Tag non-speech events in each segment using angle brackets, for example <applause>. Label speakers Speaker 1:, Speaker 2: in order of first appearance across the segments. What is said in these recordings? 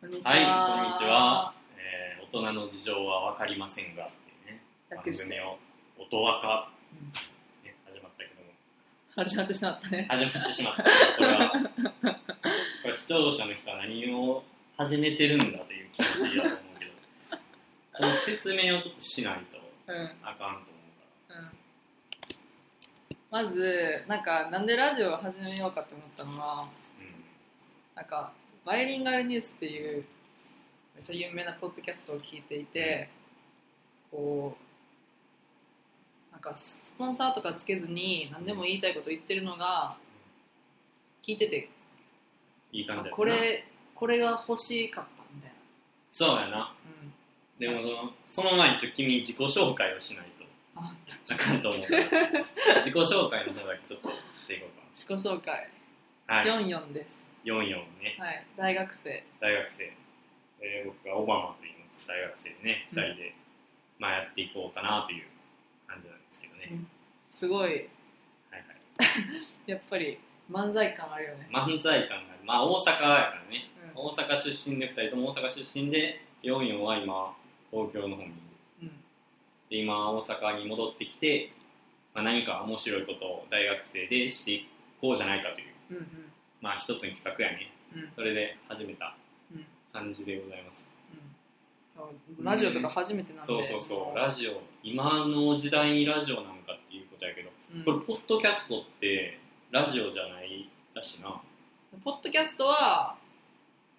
Speaker 1: こんにちは。
Speaker 2: はい、こんにちは。。えー大人の事情はわかりませんがっていうね、番
Speaker 1: 略して
Speaker 2: 組を音わか
Speaker 1: うん、
Speaker 2: ね、始まったけ
Speaker 1: <laughs>
Speaker 2: ども、
Speaker 1: 始まってしまったね。
Speaker 2: 始まってしまった。これは、これ視聴者の人は何を始めてるんだという気持ちだと思うけど、この説明をちょっとしないと
Speaker 1: うん。うん。
Speaker 2: あかんと思う
Speaker 1: まず、なんか、なんでラジオを始めようかって思ったのは、なんか、バイリンガルニュースっていう、めっちゃ有名なポッドキャストを聞いていて、こう、なんか、スポンサーとかつけずに、何でも言いたいこと言ってるのが、聞いてて、
Speaker 2: から、うん、いい感
Speaker 1: あ
Speaker 2: じだったな
Speaker 1: これ、これが欲しかったみたいな。
Speaker 2: そうやな。
Speaker 1: うん。
Speaker 2: でもその、その前にちょっと君自己紹介をしないと
Speaker 1: あ、
Speaker 2: あかんと思
Speaker 1: <laughs>
Speaker 2: うから、自己紹介の方だけちょっとしていこうか
Speaker 1: 自己紹介、
Speaker 2: な。はい。
Speaker 1: 44です。
Speaker 2: 44ね、
Speaker 1: はい、大学生。
Speaker 2: 大学生、えー僕がオバマと言います大学生でね
Speaker 1: うん
Speaker 2: 2人で、まあ、やっていこうかなという感じなんですけどね、
Speaker 1: すごい、
Speaker 2: はい
Speaker 1: やっぱり漫才感あるよね。
Speaker 2: はい、漫才感があるまあ大阪やからね
Speaker 1: うん
Speaker 2: 大阪出身で2人とも大阪出身で44は今東京の方にいる
Speaker 1: うん、
Speaker 2: で今大阪に戻ってきて、まあ、何か面白いことを大学生でしていこうじゃないかという
Speaker 1: うん、
Speaker 2: まあ一つの企画やね
Speaker 1: うん、うん、
Speaker 2: それで始めた
Speaker 1: うん、うん
Speaker 2: 感じでございます
Speaker 1: うん。ラジオとか初めてなんで、
Speaker 2: そうそうそ
Speaker 1: も
Speaker 2: うラジオ今の時代にラジオなんかっていうことやけど
Speaker 1: うん
Speaker 2: これポッドキャストってラジオじゃないらしいな
Speaker 1: ポッドキャストは、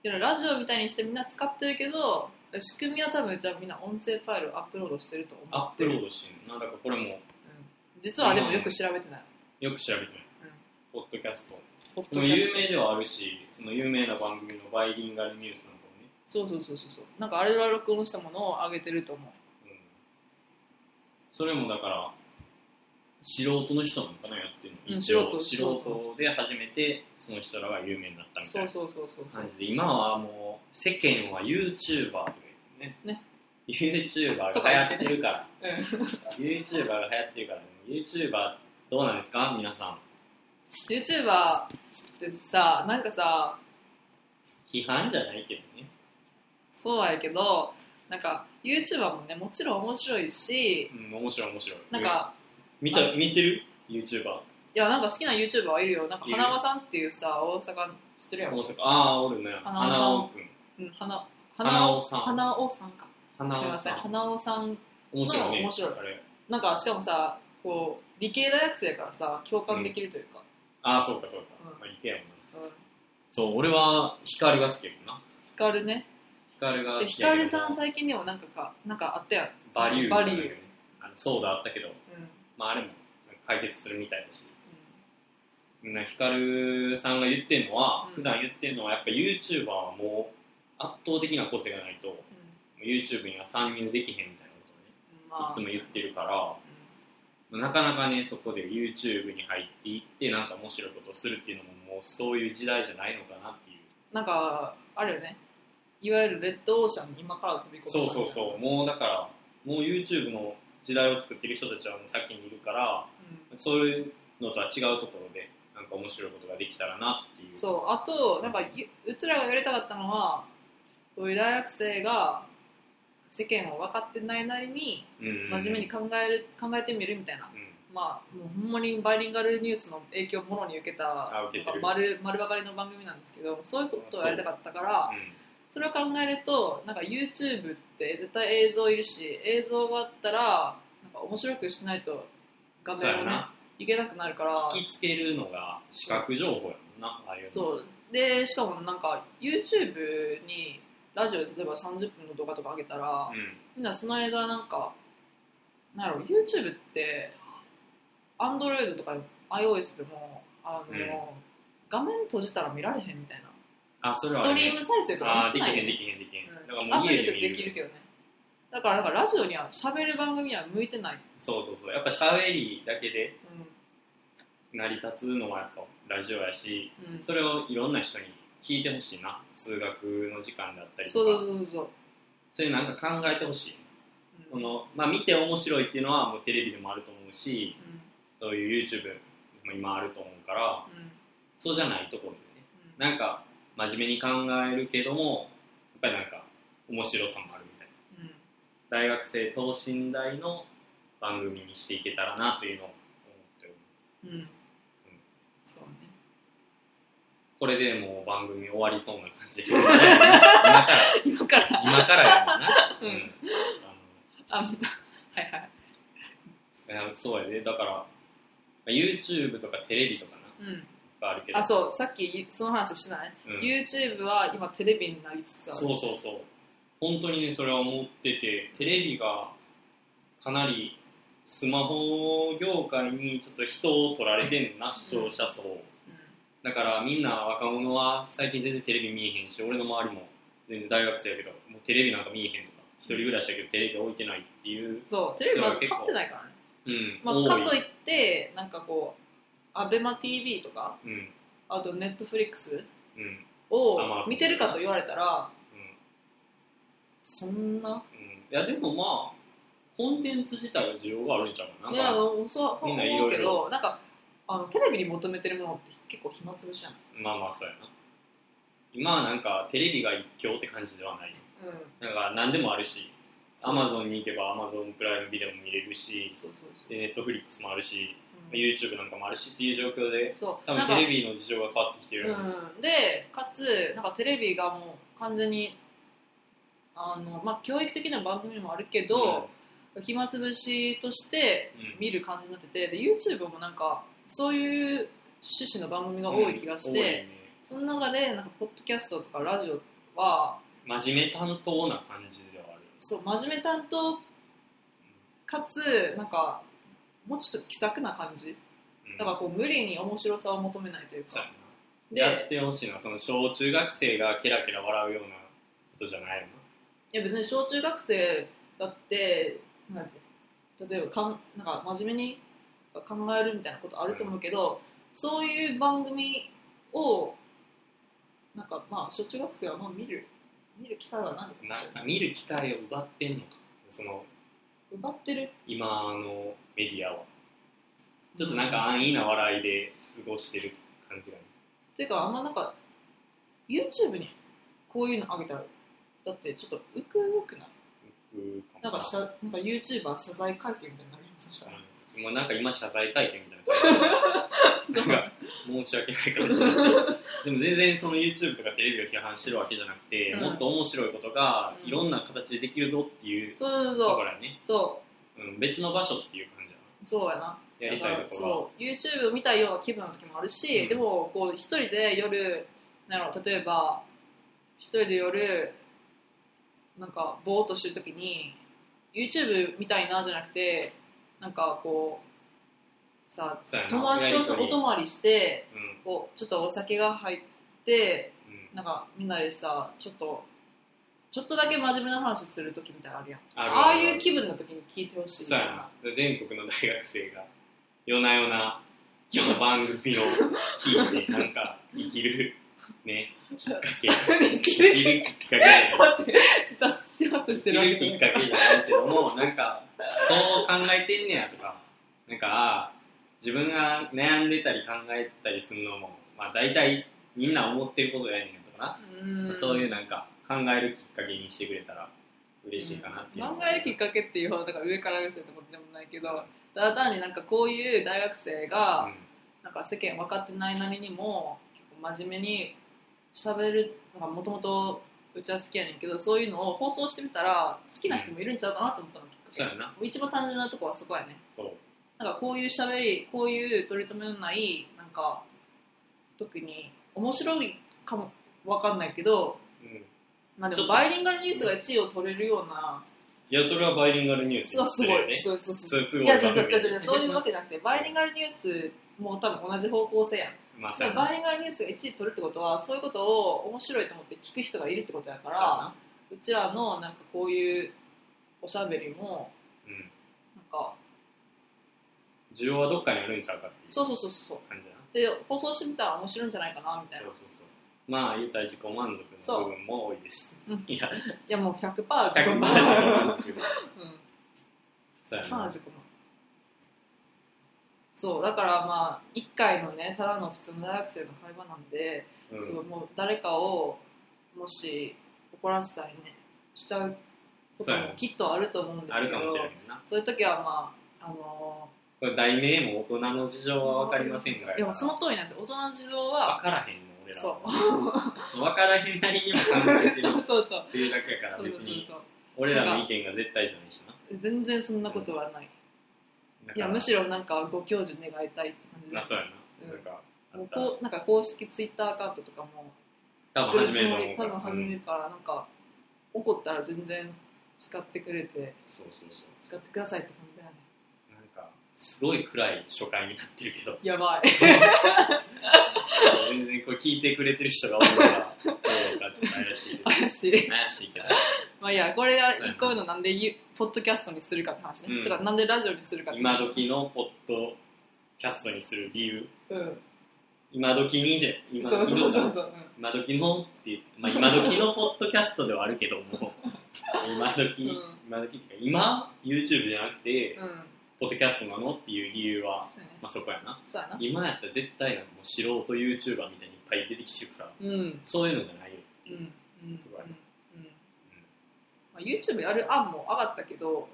Speaker 1: いやラジオみたいにしてみんな使ってるけど、仕組みは多分じゃあみんな音声ファイルをアップロードしてると思う。
Speaker 2: アップロードしてんのなんだかこれも
Speaker 1: うん、実はでもよく調べてない。
Speaker 2: よく調べてない、ポッドキャスト
Speaker 1: ポッ
Speaker 2: で
Speaker 1: ド
Speaker 2: も
Speaker 1: キャス
Speaker 2: 有
Speaker 1: ト
Speaker 2: 名ではあるしその有名な番組のバイリンガルニュースなんか
Speaker 1: そうそうそうそうそう。なんかあれら録音したものを上げてると思う。
Speaker 2: もね、うん、それもだから素人の人なのかなやってるの、
Speaker 1: うん
Speaker 2: 一応
Speaker 1: 素人
Speaker 2: 素人で初めてその人らが有名になったみたい
Speaker 1: そうそ
Speaker 2: な
Speaker 1: うそうそうそう
Speaker 2: 感。じで今はもう世間は YouTuber とか言ってね
Speaker 1: ね
Speaker 2: YouTuber が
Speaker 1: とか
Speaker 2: 流行
Speaker 1: や
Speaker 2: っ
Speaker 1: って
Speaker 2: るから
Speaker 1: うん
Speaker 2: YouTuber が流行ってるから、ね、YouTuber どうなんですか皆さん
Speaker 1: YouTuber ってさなんかさ
Speaker 2: 批判じゃないけどね
Speaker 1: そうやけどなんか YouTuber もねもちろん面白いし
Speaker 2: うん面白い面白い
Speaker 1: なんか
Speaker 2: 見た見てる ?YouTuber
Speaker 1: いやなんか好きな YouTuber はいるよなんか
Speaker 2: いる
Speaker 1: 花輪さんっていうさ大阪知ってる
Speaker 2: 大
Speaker 1: やん、う
Speaker 2: 阪ああおるね
Speaker 1: 花尾さん
Speaker 2: 花尾くん
Speaker 1: ん、花
Speaker 2: 花
Speaker 1: 尾
Speaker 2: 尾さん
Speaker 1: 花尾さんか
Speaker 2: 花
Speaker 1: すい
Speaker 2: 尾
Speaker 1: ません
Speaker 2: さん
Speaker 1: 花尾さん
Speaker 2: 面白いね
Speaker 1: 面白い
Speaker 2: あれ
Speaker 1: なんかしかもさこう理系大学生やからさ共感できるというか、
Speaker 2: ああそうかそうか、
Speaker 1: うん
Speaker 2: まあ、いけやもんな
Speaker 1: うん
Speaker 2: そう俺は光が好きやけどな
Speaker 1: ヒカルね
Speaker 2: 光が好
Speaker 1: で
Speaker 2: き
Speaker 1: ヒ
Speaker 2: や
Speaker 1: カ
Speaker 2: けど
Speaker 1: ルさん最近でもなんかかなんかあったやん
Speaker 2: バリュー
Speaker 1: バリュー
Speaker 2: みたいなねあのソーダあったけど
Speaker 1: うん
Speaker 2: まああれも解決するみたいだしみんなヒカルさんが言ってるのは、
Speaker 1: うん
Speaker 2: 普段言ってるのはやっぱ YouTuber はもう圧倒的な個性がないと YouTube には参入できへんみたいなこ
Speaker 1: うんうんまあ
Speaker 2: とをねいつも言ってるからなかなかねそこで YouTube に入っていってなんか面白いことをするっていうのももうそういう時代じゃないのかなっていう
Speaker 1: なんかあるよねいわゆるレッドオーシャンに今から飛び込む
Speaker 2: そうそうそうもうだからもう YouTube の時代を作ってる人たちはもう先にいるから
Speaker 1: う
Speaker 2: そういうのとは違うところでなんか面白いことができたらなってい
Speaker 1: ん、
Speaker 2: う
Speaker 1: そうあとなんかゆうちらがやりたかったのはこういう大学生が世間を分かってないなりに
Speaker 2: うん
Speaker 1: 真面目に考える、考えてみるみたいな
Speaker 2: うん
Speaker 1: まあもうほんまにバイリンガルニュースの影響をもろに受けた
Speaker 2: あ受けてる
Speaker 1: 丸丸ばかりの番組なんですけどそういうことをやりたかったから
Speaker 2: うん
Speaker 1: それを考えるとなんか YouTube って絶対映像いるし映像があったらなんか面白くしないと画
Speaker 2: そう
Speaker 1: 面
Speaker 2: や
Speaker 1: をね
Speaker 2: ない
Speaker 1: けなくなるから
Speaker 2: 聞きつけるのが視覚情報やもんなああいうの
Speaker 1: そうでしかもなんか YouTube にラジオで例えば30分の動画とか上げたら、
Speaker 2: うん
Speaker 1: みんなその間なんかなんやろ YouTube って Android とか iOS でもあの、
Speaker 2: うん
Speaker 1: 画面閉じたら見られへんみたいな、
Speaker 2: あそれ
Speaker 1: ス
Speaker 2: は
Speaker 1: ト
Speaker 2: ね
Speaker 1: リーム再生とか
Speaker 2: あ
Speaker 1: も
Speaker 2: ーで
Speaker 1: し
Speaker 2: き
Speaker 1: ない
Speaker 2: へ
Speaker 1: よ
Speaker 2: ん
Speaker 1: ね
Speaker 2: できへんできへん、だ
Speaker 1: うん
Speaker 2: から
Speaker 1: ア
Speaker 2: も
Speaker 1: プ
Speaker 2: う家
Speaker 1: リ
Speaker 2: で
Speaker 1: と
Speaker 2: 見
Speaker 1: で
Speaker 2: る
Speaker 1: きるけどねだからだからラジオには喋る番組には向いてない、
Speaker 2: そうそうそうやっぱ喋りだけで
Speaker 1: う
Speaker 2: 成り立つのはやっぱラジオやし
Speaker 1: んうん、
Speaker 2: それをいろんな人に聞いてほしいな通学の時間だったりと
Speaker 1: そ
Speaker 2: か
Speaker 1: うそうそうそう
Speaker 2: そういうなんか考えてほしい
Speaker 1: うん
Speaker 2: この、まあ、見て面白いっていうのはもうテレビでもあると思うし
Speaker 1: うん
Speaker 2: そういう YouTube も今あると思うから
Speaker 1: うん
Speaker 2: そうじゃないところでね
Speaker 1: うん
Speaker 2: なんか真面目に考えるけどもぱりなんか面白さもあるみたいな
Speaker 1: うん
Speaker 2: 大学生等身大の番組にしていけたらなというのを思っております
Speaker 1: うん、そうね <laughs>
Speaker 2: これでもう番組終わりそうな感じ今から
Speaker 1: 今から
Speaker 2: 今からやもんな、
Speaker 1: うんあはいはい
Speaker 2: あのいやそうやでだからまあ YouTube とかテレビとかな
Speaker 1: うん
Speaker 2: いっぱいあるけど
Speaker 1: あそうさっきその話しない、
Speaker 2: うん
Speaker 1: YouTube は今テレビになりつつある
Speaker 2: そうそうそう本当にねそれは思っててテレビがかなりスマホ業界にちょっと人を取られてんねんな視聴者層だからみんな若者は最近全然テレビ見えへんし俺の周りも全然大学生やけどもうテレビなんか見えへんとか一人暮らしだけどテレビ置いてないっていう
Speaker 1: うん、そうテレビまず買ってないからね、
Speaker 2: うん
Speaker 1: ま
Speaker 2: 多
Speaker 1: あ、
Speaker 2: い
Speaker 1: かといってなんかこう ABEMATV とか
Speaker 2: うんうん
Speaker 1: あと Netflix
Speaker 2: うんあまあ
Speaker 1: を
Speaker 2: そう
Speaker 1: 見てるかと言われたらそんな
Speaker 2: うんいやでもまあコンテンツ自体は需要があるんちゃうか
Speaker 1: い
Speaker 2: な
Speaker 1: や
Speaker 2: まあ
Speaker 1: そう
Speaker 2: みん
Speaker 1: 思
Speaker 2: な色々
Speaker 1: うけどなんかあのテレビに求めてるものって結構暇つぶしじゃん、
Speaker 2: まあまあそうやな今はなんかテレビが一強って感じではない
Speaker 1: うん、
Speaker 2: なんか何でもあるし
Speaker 1: そう
Speaker 2: Amazon に行けば Amazon プライムビデオも見れるし
Speaker 1: そうそうそう、
Speaker 2: で Netflix もあるし
Speaker 1: うん
Speaker 2: YouTube なんかもあるしっていう状況で
Speaker 1: そう
Speaker 2: 多
Speaker 1: なん
Speaker 2: 分
Speaker 1: か
Speaker 2: テレビの事情が変わってきてるよね
Speaker 1: うん、でかつなんかテレビがもう完全にあの、まあ、教育的な番組もあるけど、暇つぶしとして
Speaker 2: うんうん
Speaker 1: 見る感じになっててで YouTube もなんかそういう趣旨の番組が多い気がし
Speaker 2: うん多い
Speaker 1: て、
Speaker 2: ね
Speaker 1: その中でなんかポッドキャストとかラジオは
Speaker 2: 真面目担当な感じではある
Speaker 1: そう真面目担当かつなんかもうちょっと気さくな感じ
Speaker 2: うん
Speaker 1: だからこう無理に面白さを求めないという
Speaker 2: そうや
Speaker 1: か
Speaker 2: なやっ
Speaker 1: で
Speaker 2: てほしいなその小中学生がケラケラ笑うようなことじゃないよ
Speaker 1: いや別に小中学生だってなんて例えばかんなんか真面目に考えるみたいなことあると思うけど、そういう番組をなんかまあ小中学生はまあ見る見る機会は何でかも
Speaker 2: な
Speaker 1: しれない
Speaker 2: な見る機会を奪ってんのかその
Speaker 1: 奪ってる
Speaker 2: 今のメディアはちょっとなんか安易な笑いで過ごしてる感じがね
Speaker 1: っていうかあんまなんか YouTube にこういうのあげたらだってちょっと浮く浮くない
Speaker 2: 僕
Speaker 1: なんかしゃ
Speaker 2: う
Speaker 1: なんか YouTuber 謝罪会見みたいになるやつしたら
Speaker 2: んもうなんか今謝罪会見みたいな
Speaker 1: <laughs> そ
Speaker 2: なん
Speaker 1: う
Speaker 2: か申し訳ない感じですけどでも全然その YouTube とかテレビを批判してるわけじゃなくて、
Speaker 1: うん
Speaker 2: もっと面白いことが
Speaker 1: うん
Speaker 2: いろんな形でできるぞっていう
Speaker 1: そうそう
Speaker 2: と
Speaker 1: そ
Speaker 2: こ
Speaker 1: う
Speaker 2: ろやね、
Speaker 1: そ
Speaker 2: うん、別の場所っていう感じやな
Speaker 1: うそうやな
Speaker 2: やりたいところは
Speaker 1: そう YouTube を見たいような気分の時もあるし、
Speaker 2: うん
Speaker 1: でもこう一人で夜なんやろ例えば一人で夜なんかぼーっとしてる時に YouTube 見たいなじゃなくてなんかこうさ
Speaker 2: そうやな
Speaker 1: 友達とお
Speaker 2: うん
Speaker 1: 泊まりして
Speaker 2: うん
Speaker 1: こうちょっとお酒が入って
Speaker 2: うん
Speaker 1: なんかみんなでさちょっとちょっとだけ真面目な話する時みたいなのあるやん
Speaker 2: ある
Speaker 1: ああいう気分の時に聞いてほしい
Speaker 2: そうや
Speaker 1: <laughs>
Speaker 2: な全国の大学生が夜な夜な今日の番組を聞いてなんか生きるねきっかけ
Speaker 1: 生き
Speaker 2: 生
Speaker 1: る
Speaker 2: きるきっかけ
Speaker 1: ちょっと待って <laughs> 自殺しようとして
Speaker 2: 生き
Speaker 1: るわけ
Speaker 2: る
Speaker 1: じ
Speaker 2: き
Speaker 1: ゃ
Speaker 2: っ
Speaker 1: ない
Speaker 2: かけじゃないけどもなんかそう考えてんねやとかなんかああ自分が悩んでたり考えてたりするのもまあ大体みんな思ってることやねんとかな、 <laughs> そういう
Speaker 1: う
Speaker 2: なんか考えるきっかけにしてくれたら嬉しいかなっていう、
Speaker 1: 考えるきっかけっていうほどだから上から目線ってことでもないけどただ単になんかこういう大学生がなんか世間分かってないなりにも結構真面目に喋るのがもともとうちは好きやねんけどそういうのを放送してみたら好きな人もいるんちゃうかなと思ったのきっかけ
Speaker 2: そうやな
Speaker 1: 一番単純なとこはそこやね
Speaker 2: そう
Speaker 1: なんかこういう喋りこういう取り留めのないなんか特に面白いかも分かんないけど
Speaker 2: うん
Speaker 1: まあで
Speaker 2: ちょっ
Speaker 1: も
Speaker 2: と
Speaker 1: バイリンガルニュースが1位を取れるような、
Speaker 2: いや、それはバイリンガルニュース
Speaker 1: うわすごい、
Speaker 2: ね。
Speaker 1: そうそう
Speaker 2: そ
Speaker 1: そう
Speaker 2: れ
Speaker 1: い
Speaker 2: すごい
Speaker 1: や違う
Speaker 2: 番組
Speaker 1: 違う違う違うそういうわけじゃなくてバイリンガルニュースも多分同じ方向性やん
Speaker 2: まあ、そう
Speaker 1: で
Speaker 2: や
Speaker 1: バ
Speaker 2: な。
Speaker 1: イリンガルニュースが1位取るってことはそういうことを面白いと思って聞く人がいるってことやからうちらのなんかこういうおしゃべりも
Speaker 2: そうやなうん。
Speaker 1: なんか
Speaker 2: 需要はどっかにあるんちゃうかっていう
Speaker 1: そう
Speaker 2: 感
Speaker 1: そうそうそう
Speaker 2: じやな。
Speaker 1: で放送してみたら面白いんじゃないかなみたいな
Speaker 2: そうそうそう。まあ、言うたら自己満足の部分も多いです
Speaker 1: そううん。
Speaker 2: いや、
Speaker 1: いやもう100%パー自己
Speaker 2: 100%
Speaker 1: 満
Speaker 2: 自己
Speaker 1: <laughs>
Speaker 2: 満足。
Speaker 1: うん
Speaker 2: そうや
Speaker 1: まあ
Speaker 2: な。
Speaker 1: 自己満そうだからまあ一回のねただの普通の大学生の会話なんで、
Speaker 2: う
Speaker 1: そ
Speaker 2: ん
Speaker 1: うもう誰かをもし怒らせたりねしちゃうこともきっとあると思うんです
Speaker 2: あ
Speaker 1: け
Speaker 2: る
Speaker 1: ど
Speaker 2: かもしれないな
Speaker 1: そういう時はまああの
Speaker 2: これ題名も大人の事情は分かりませんが
Speaker 1: ーでもその通りなんですよ大人の事情
Speaker 2: 分
Speaker 1: は
Speaker 2: からへんの俺ら
Speaker 1: そう
Speaker 2: 分からへんなりにも考え
Speaker 1: <laughs>
Speaker 2: てる
Speaker 1: そうそうそう
Speaker 2: っていうだけやから
Speaker 1: そう
Speaker 2: 別
Speaker 1: そう
Speaker 2: に
Speaker 1: そう
Speaker 2: 俺らの意見が絶対じゃないしな
Speaker 1: 全然そんなことはない、
Speaker 2: だ
Speaker 1: い
Speaker 2: か
Speaker 1: や
Speaker 2: ら
Speaker 1: むしろなんかご教授願いたいって感じで
Speaker 2: な
Speaker 1: す
Speaker 2: そうや
Speaker 1: うん
Speaker 2: ななんかあ
Speaker 1: もう
Speaker 2: ったら
Speaker 1: こうなんか公式ツイッターアカウントとかも
Speaker 2: 多
Speaker 1: 作
Speaker 2: 分
Speaker 1: る
Speaker 2: 始
Speaker 1: つ
Speaker 2: めると
Speaker 1: も
Speaker 2: 思
Speaker 1: り
Speaker 2: うか
Speaker 1: 多
Speaker 2: ら
Speaker 1: 分始
Speaker 2: う
Speaker 1: め
Speaker 2: ん
Speaker 1: るからなんか怒ったら全然叱ってくれて
Speaker 2: そうそうそう
Speaker 1: 叱ってくださいって感じだよね
Speaker 2: なんかすごい暗い初回になってる <laughs> けど
Speaker 1: やばい
Speaker 2: 全然これ聞いてくれてる人が多いからどうかちょっと怪しいけど
Speaker 1: 怪し <laughs> い
Speaker 2: 怪しいけど
Speaker 1: まあいいやこれがこういうのなんでゆポッドキャストにするかって話ね、
Speaker 2: うん
Speaker 1: とかなんでラジオにするかって
Speaker 2: 今
Speaker 1: 話
Speaker 2: 時のポッドキャストにする理由
Speaker 1: うん
Speaker 2: 今時にじゃ今
Speaker 1: そう
Speaker 2: 時
Speaker 1: そうそう
Speaker 2: の
Speaker 1: そう、
Speaker 2: 今時のっていう、まあ、今時のポッドキャストではあるけども <laughs> 今時、
Speaker 1: うん
Speaker 2: 今時っていうか今 YouTube じゃなくて
Speaker 1: うん、うん、
Speaker 2: ポッドキャストなのっていう理由は、
Speaker 1: そうやね
Speaker 2: まあ、そこやな
Speaker 1: そうやな
Speaker 2: 今やったら絶対なんかもう素人 YouTuber みたいにいっぱい出てきてるから
Speaker 1: うんうんうん
Speaker 2: そういうのじゃないよ、
Speaker 1: うんうん
Speaker 2: とかね
Speaker 1: うんまあ、YouTube やる案も上がったけど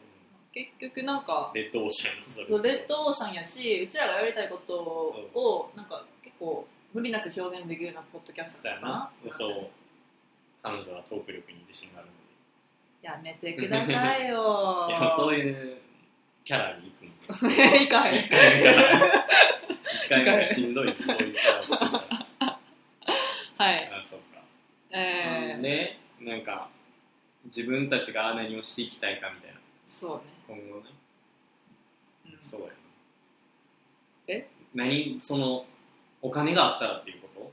Speaker 1: 結局なんか
Speaker 2: レッドオーシャンのそれ
Speaker 1: そうレッドオーシャンやしうちらがやりたいことをなんか結構無理なく表現できるようなポッドキャスト
Speaker 2: そ
Speaker 1: だ
Speaker 2: うや
Speaker 1: ったか
Speaker 2: な
Speaker 1: な
Speaker 2: そう彼女はトーク力に自信があるので
Speaker 1: やめてくださいよ
Speaker 2: <laughs> いやそう
Speaker 1: い
Speaker 2: いうキャラに <laughs> 行くの
Speaker 1: ういかへ
Speaker 2: 一
Speaker 1: ん
Speaker 2: 回目から一回目からしんどいってそういうキャラを作るから
Speaker 1: はい
Speaker 2: あそうか、
Speaker 1: えー、
Speaker 2: でなんか自分たちが何をしていきたいかみたいな
Speaker 1: そうね、
Speaker 2: 今後ね
Speaker 1: うん
Speaker 2: そうやな
Speaker 1: え
Speaker 2: 何そのお金があったらっていうこと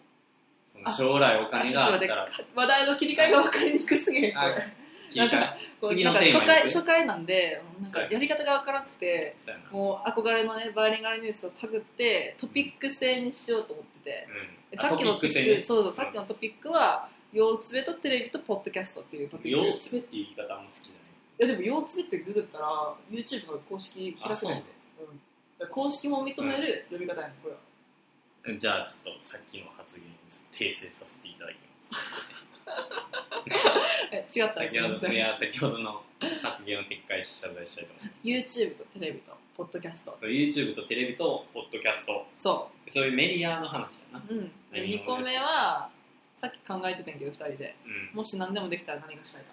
Speaker 2: その
Speaker 1: あ
Speaker 2: 将来お金があった
Speaker 1: ちょっ
Speaker 2: ら
Speaker 1: と待って話題の切り替えが分かりにくすぎへんこ
Speaker 2: あ
Speaker 1: れ
Speaker 2: 聞いたら
Speaker 1: こう
Speaker 2: 次
Speaker 1: な
Speaker 2: の
Speaker 1: んか
Speaker 2: テーマ
Speaker 1: 初回
Speaker 2: いく
Speaker 1: 初回なんでなん
Speaker 2: そう
Speaker 1: か
Speaker 2: やね
Speaker 1: やり方が分からなくて
Speaker 2: そうやなう
Speaker 1: もう憧れのねバイリンガルニュースをパクってトピック制にしようと思ってて、
Speaker 2: ん
Speaker 1: さっきのトピック
Speaker 2: ね
Speaker 1: そうそうさっきのトピックは腰つべとテレビとポッドキャストっていうトピック
Speaker 2: 腰つべっていう言い方あんま好きじゃ
Speaker 1: いやでも腰つべってググったら YouTube が公式
Speaker 2: ない
Speaker 1: 開くねんで、うんだから公式も認める呼び方やねんこれは
Speaker 2: じゃあちょっとさっきの発言を訂正させていただきます
Speaker 1: え違ったらす
Speaker 2: 先
Speaker 1: い
Speaker 2: ほ
Speaker 1: ませ
Speaker 2: どい
Speaker 1: ん
Speaker 2: や先ほどの発言を撤回し謝罪したいと思いま
Speaker 1: YouTube とテレビとポッドキャスト
Speaker 2: す YouTube とテレビとポッドキャスト
Speaker 1: そ
Speaker 2: そういうメディアの話だな
Speaker 1: ううんで
Speaker 2: 何を
Speaker 1: 2個目はさっき考えてたんやけど2人で
Speaker 2: うん
Speaker 1: もし何でもできたら何がしたいか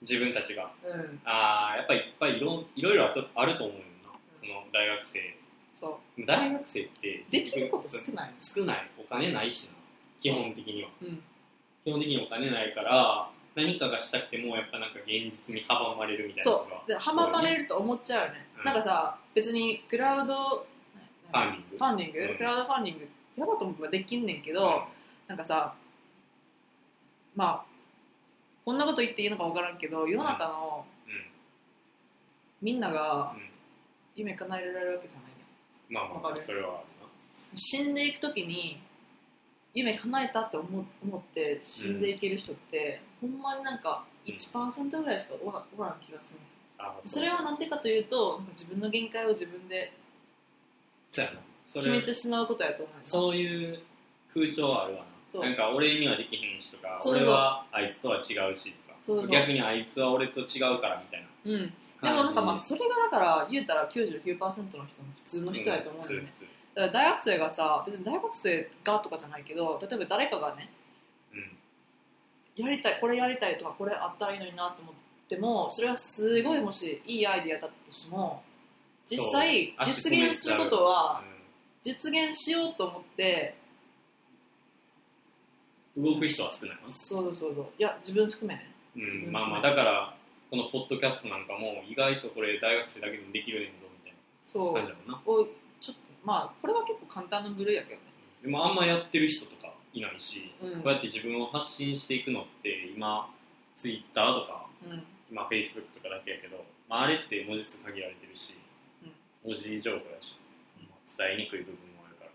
Speaker 2: 自分たちが
Speaker 1: うん
Speaker 2: あーやっぱりいっぱいいろいろいろあとあると思うよなその大学生
Speaker 1: そ
Speaker 2: 大学生って
Speaker 1: うできること
Speaker 2: 結
Speaker 1: 少
Speaker 2: 局
Speaker 1: ない
Speaker 2: 少ないお金ないしな基本的には
Speaker 1: うん
Speaker 2: 基本的にお金ないから何かがしたくてもやっぱなんか現実に阻まれるみたいなの
Speaker 1: そ
Speaker 2: が
Speaker 1: うで阻まれると思っちゃうよね、
Speaker 2: うん
Speaker 1: なんかさ別にクラウド
Speaker 2: ファンディング
Speaker 1: ファンディング、
Speaker 2: うん
Speaker 1: クラウドファンディングやろうと思えばできんねんけど、なんかさまあこんなこと言っていいのか分からんけど世の中の
Speaker 2: うんうん
Speaker 1: みんなが
Speaker 2: うん
Speaker 1: 夢叶えられるわけじゃないや
Speaker 2: まあま
Speaker 1: わか
Speaker 2: あ
Speaker 1: る
Speaker 2: それは
Speaker 1: 死んでいく時に夢叶えたって思思って死んでいける人って、ほんまになんか1%ぐらいしかおらおらん気がする、ねん
Speaker 2: あるなあう
Speaker 1: それはなんでかというとなんか自分の限界を自分で
Speaker 2: そうやなそ
Speaker 1: 決め
Speaker 2: れ
Speaker 1: てしまうことやと思うよな
Speaker 2: そういう風潮はあるわ
Speaker 1: そう
Speaker 2: ななんか俺にはできへんしとか
Speaker 1: そう
Speaker 2: 俺はあいつとは違うしとか
Speaker 1: そうそう
Speaker 2: 逆にあいつは俺と違うからみたいな
Speaker 1: うん、でも
Speaker 2: 感
Speaker 1: な
Speaker 2: じ
Speaker 1: んかまあそれがだから言うたら99%の人も普通の人やと思うんだよね、だから大学生がさ別に大学生がとかじゃないけど例えば誰かがね
Speaker 2: うん普通
Speaker 1: やりたいこれやりたいとかこれあったらいいのになと思ってもそれはすごいもしいいアイディアだったとしても実際
Speaker 2: そう
Speaker 1: 実現することは
Speaker 2: うん
Speaker 1: 実現しようと思って
Speaker 2: 動く人は少ないな
Speaker 1: そうそうそういや自分含めね
Speaker 2: うん、まあまあだからこのポッドキャストなんかも意外とこれ大学生だけでもできるねんぞみたい
Speaker 1: そ
Speaker 2: な
Speaker 1: う
Speaker 2: 感じだもんな
Speaker 1: をちょっとまあこれは結構簡単な部類やけどね
Speaker 2: でもあんまやってる人とかいないし、
Speaker 1: うん
Speaker 2: こうやって自分を発信していくのって今ツイッターとか
Speaker 1: うん
Speaker 2: 今フェイスブックとかだけやけど、まあ、あれって文字数限られてるし、文字情報やし、まあ伝えにくい部分もあるから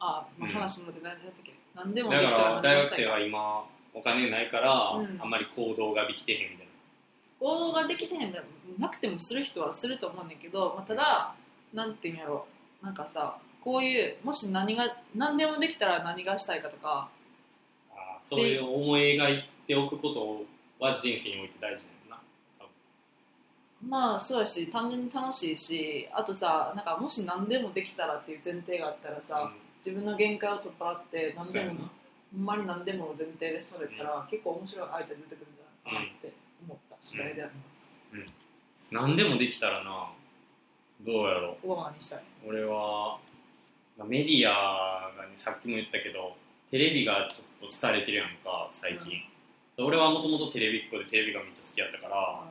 Speaker 1: あ、まあ、
Speaker 2: うん
Speaker 1: 話も出ないんだったっけ、何でもで
Speaker 2: だ
Speaker 1: き
Speaker 2: か
Speaker 1: たら
Speaker 2: ら
Speaker 1: 何
Speaker 2: 大
Speaker 1: で
Speaker 2: 学
Speaker 1: したい
Speaker 2: 生
Speaker 1: か
Speaker 2: は今お金ないから、
Speaker 1: うん
Speaker 2: あんまり行動ができてへんみたいな
Speaker 1: 行動ができてへんのなくてもする人はすると思うねんだけど、まあ、ただなんていうんやろなんかさこういうもし何が何でもできたら何がしたいかとか
Speaker 2: からそういう思い描いておくことは人生において大事だよな
Speaker 1: まあそうやし単純に楽しいしあとさなんかもし何でもできたらっていう前提があったらさ、自分の限界を取っ払って
Speaker 2: うん
Speaker 1: 何
Speaker 2: そう
Speaker 1: で
Speaker 2: やな
Speaker 1: もほんまに何でも前提でそれたら、結構面白いアイデア出てくるんじゃないかなって思った次第であります、
Speaker 2: 何でもできたらなどうやろう
Speaker 1: オバマにしたい
Speaker 2: 俺はまあメディアがねさっきも言ったけどテレビがちょっと廃れてるやんか最近、俺はもともとテレビっ子でテレビがめっちゃ好きやったから、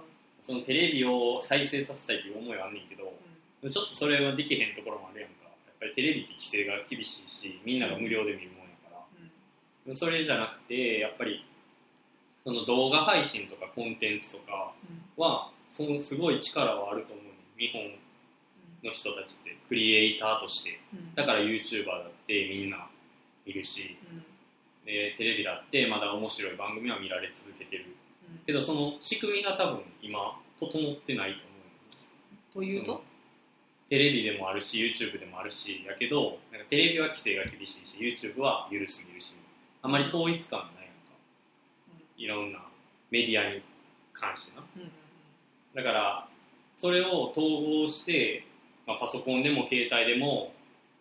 Speaker 2: そのテレビを再生させたいという思いはあんねんけどちょっとそれはできへんところもあるやんかやっぱりテレビって規制が厳しいしみんなが無料で見るもんやから、でもそれじゃなくてやっぱりその動画配信とかコンテンツとかはそのすごい力はあると思うねん日本の人たちってクリエイターとしてだから YouTuber だってみんないるしでテレビだってまだ面白い番組は見られ続けてるけどその仕組みが多分今整ってないと思
Speaker 1: と
Speaker 2: う
Speaker 1: いう
Speaker 2: その
Speaker 1: と、
Speaker 2: テレビでもあるし YouTube でもあるしやけどなんかテレビは規制が厳しいし YouTube は緩すぎるしあまり統一感がないのかいろんなメディアに関してな
Speaker 1: うんうん
Speaker 2: だからそれを統合して、まあ、パソコンでも携帯でも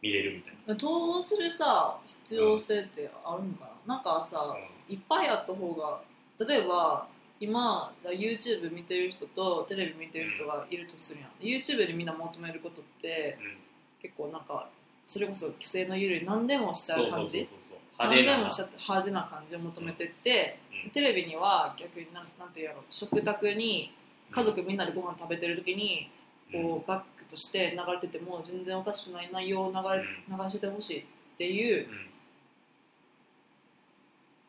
Speaker 2: 見れるみたいな
Speaker 1: うん、統合するさ必要性ってあるのかな、なんかさ、
Speaker 2: う
Speaker 1: いっぱいあった方が例えば今じゃあ YouTube 見てる人とテレビ見てる人がいるとするやん、YouTube でみんな求めることって
Speaker 2: んうん
Speaker 1: 結構なんかそれこそ規制の緩い何でもしちゃ
Speaker 2: そう
Speaker 1: う
Speaker 2: そ
Speaker 1: 感
Speaker 2: うそうそう
Speaker 1: じ
Speaker 2: そう
Speaker 1: 何でも
Speaker 2: な
Speaker 1: しちゃって派手な感じを求めてって、
Speaker 2: うん
Speaker 1: テレビには逆になんなんていうやろ食卓に家族みんなでご飯食べてる時にこうバックとして流れてても全然おかしくない内容を流れ、流してほしいっていう
Speaker 2: うんうん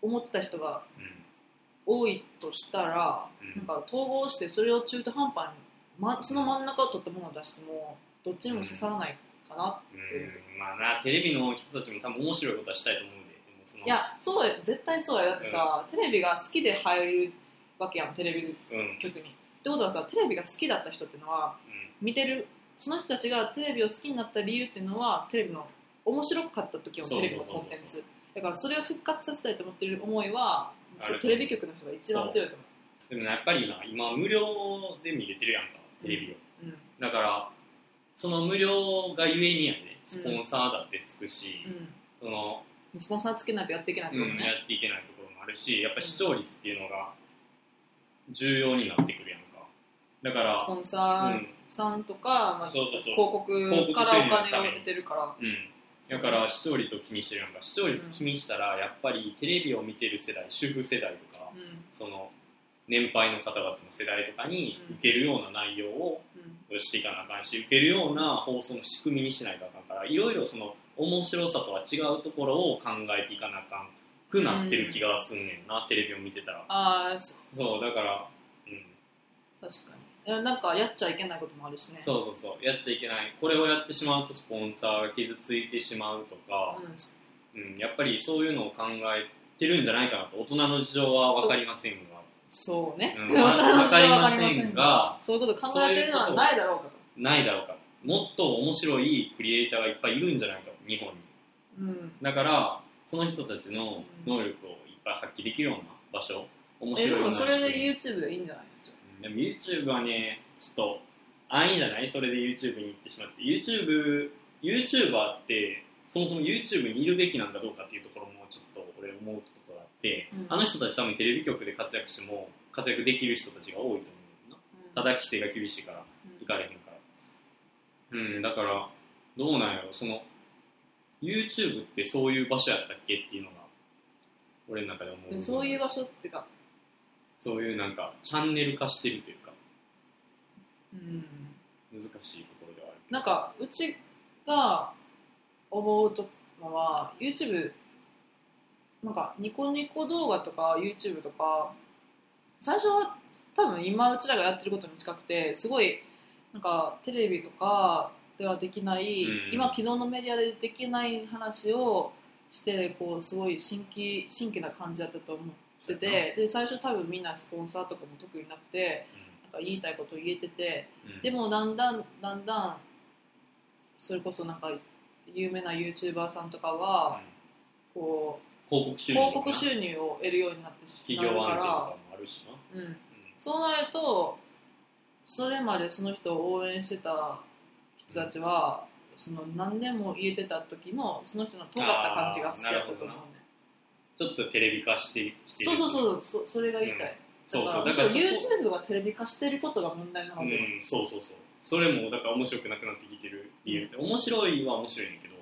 Speaker 1: 思ってた人が多いとしたら、
Speaker 2: うん
Speaker 1: なんか統合してそれを中途半端に、ま、その真ん中を取ったものを出してもどっちにも刺さらないかな、
Speaker 2: うんまあなテレビの人たちも多分面白いことはしたいと思うんででもその
Speaker 1: いやそうや絶対そうやだってさ、テレビが好きで入るわけやんテレビ
Speaker 2: うんうん
Speaker 1: 局にってことはさテレビが好きだった人っていうのは見てるその人たちがテレビを好きになった理由っていうのはテレビの面白かった時のテレビのコンテン
Speaker 2: そうそうそうそう
Speaker 1: ツだからそれを復活させたいと思ってる思いは
Speaker 2: あると思う
Speaker 1: テレビ局の人が一番強いと思
Speaker 2: でもやっぱりな今無料で見れてるやんかテレビ
Speaker 1: う
Speaker 2: を、
Speaker 1: うん
Speaker 2: だからその無料がゆえにやねスポンサーだってつくし、その、
Speaker 1: うんスポンサーつけないとやっていけないっ
Speaker 2: う
Speaker 1: てこと
Speaker 2: ん、や
Speaker 1: ね、
Speaker 2: っていけないところもあるしやっぱ視聴率っていうのが重要になってくるやんかだから
Speaker 1: スポンサ
Speaker 2: う
Speaker 1: ー
Speaker 2: ん
Speaker 1: さんとか、まあ、
Speaker 2: そうそうそう
Speaker 1: 広告からお金を得てるから
Speaker 2: うんだから視聴率を気にしてるやんか視聴率気にしたらやっぱりテレビを見てる世代主婦世代とか
Speaker 1: うん
Speaker 2: その年配の方々の世代とかに受けるような内容を
Speaker 1: うん
Speaker 2: していかなあかんし受けるような放送の仕組みにしないとあかんからいろいろその面白さとは違うところを考えていかなあかんくなってる気がすんねんな、テレビを見てたら
Speaker 1: ああそ
Speaker 2: そうだから、うん、
Speaker 1: 確かにいやなんかやっちゃいけないこともあるしね
Speaker 2: そうそうそうやっちゃいけないこれをやってしまうとスポンサーが傷ついてしまうとか、
Speaker 1: うんそ
Speaker 2: うん、やっぱりそういうのを考えてるんじゃないかなと大人の事情は分かりませんが
Speaker 1: そうね、
Speaker 2: う
Speaker 1: <laughs>
Speaker 2: ん
Speaker 1: 大人の事情は
Speaker 2: わ
Speaker 1: わ
Speaker 2: か
Speaker 1: か
Speaker 2: り
Speaker 1: りま
Speaker 2: ま
Speaker 1: せ
Speaker 2: せん
Speaker 1: ん
Speaker 2: が
Speaker 1: がそういうこと考えてるのはないだろうかと
Speaker 2: ないだろうかもっと面白いクリエイターがいっぱいいるんじゃないか日本に
Speaker 1: うん
Speaker 2: だからその人たちの能力をいっぱい発揮できるような場所面
Speaker 1: えで
Speaker 2: 白いよう
Speaker 1: も
Speaker 2: な
Speaker 1: それ
Speaker 2: 仕
Speaker 1: で
Speaker 2: 組み
Speaker 1: YouTube でいいんじゃないですか
Speaker 2: うんでも YouTube はねちょっと安易じゃないそれで YouTube に行ってしまって YouTube YouTuber ってそもそも YouTube にいるべきなんだどうかっていうところもちょっと俺思うところがあって、
Speaker 1: うん
Speaker 2: あの人たち多分テレビ局で活躍しても活躍できる人たちが多いと思うなただ規制が厳しいから行かれへんからうんだからどうなんやろその YouTube ってそういう場所やったっけっていうのが俺の中で思
Speaker 1: で
Speaker 2: う
Speaker 1: そういう場所っていうか、
Speaker 2: そういうなんかチャンネル化してるというか
Speaker 1: うん、
Speaker 2: 難しいところではあるけど
Speaker 1: なんかうちが思うとのは YouTube なんかニコニコ動画とか YouTube とか最初は多分今うちらがやってることに近くてすごいなんかテレビとかではできない、
Speaker 2: うん
Speaker 1: 今既存のメディアでできない話をしてこうすごい新規新規な感じだったと思っててで最初多分みんなスポンサーとかも特になくてなんか言いたいことを言えてて
Speaker 2: うん
Speaker 1: でもだんだんだんだんそれこそなんか有名な YouTuber さんとか
Speaker 2: うん
Speaker 1: はこう
Speaker 2: 広告収入
Speaker 1: 広
Speaker 2: とか
Speaker 1: 告
Speaker 2: な
Speaker 1: 収入を得るようになってし
Speaker 2: 企
Speaker 1: まうか
Speaker 2: 業案件と
Speaker 1: ら
Speaker 2: かもあるしな、
Speaker 1: うん、
Speaker 2: う
Speaker 1: そうなるとそれまでその人を応援してた人たちは、その何年も言えてた時のその人の尖った感じが好きだったと思うね
Speaker 2: あーなるほどなちょっとテレビ化してきて
Speaker 1: そうそう
Speaker 2: う
Speaker 1: そうそそれが言いたい、
Speaker 2: そうそ
Speaker 1: だ
Speaker 2: うだ
Speaker 1: か
Speaker 2: からら
Speaker 1: む
Speaker 2: そ
Speaker 1: し
Speaker 2: こ
Speaker 1: ろ YouTube がテレビ化してることが問題なの
Speaker 2: う
Speaker 1: で、
Speaker 2: んそうそうそうそれもだから面白くなくなってきてる理由って面白いは面白いんだけど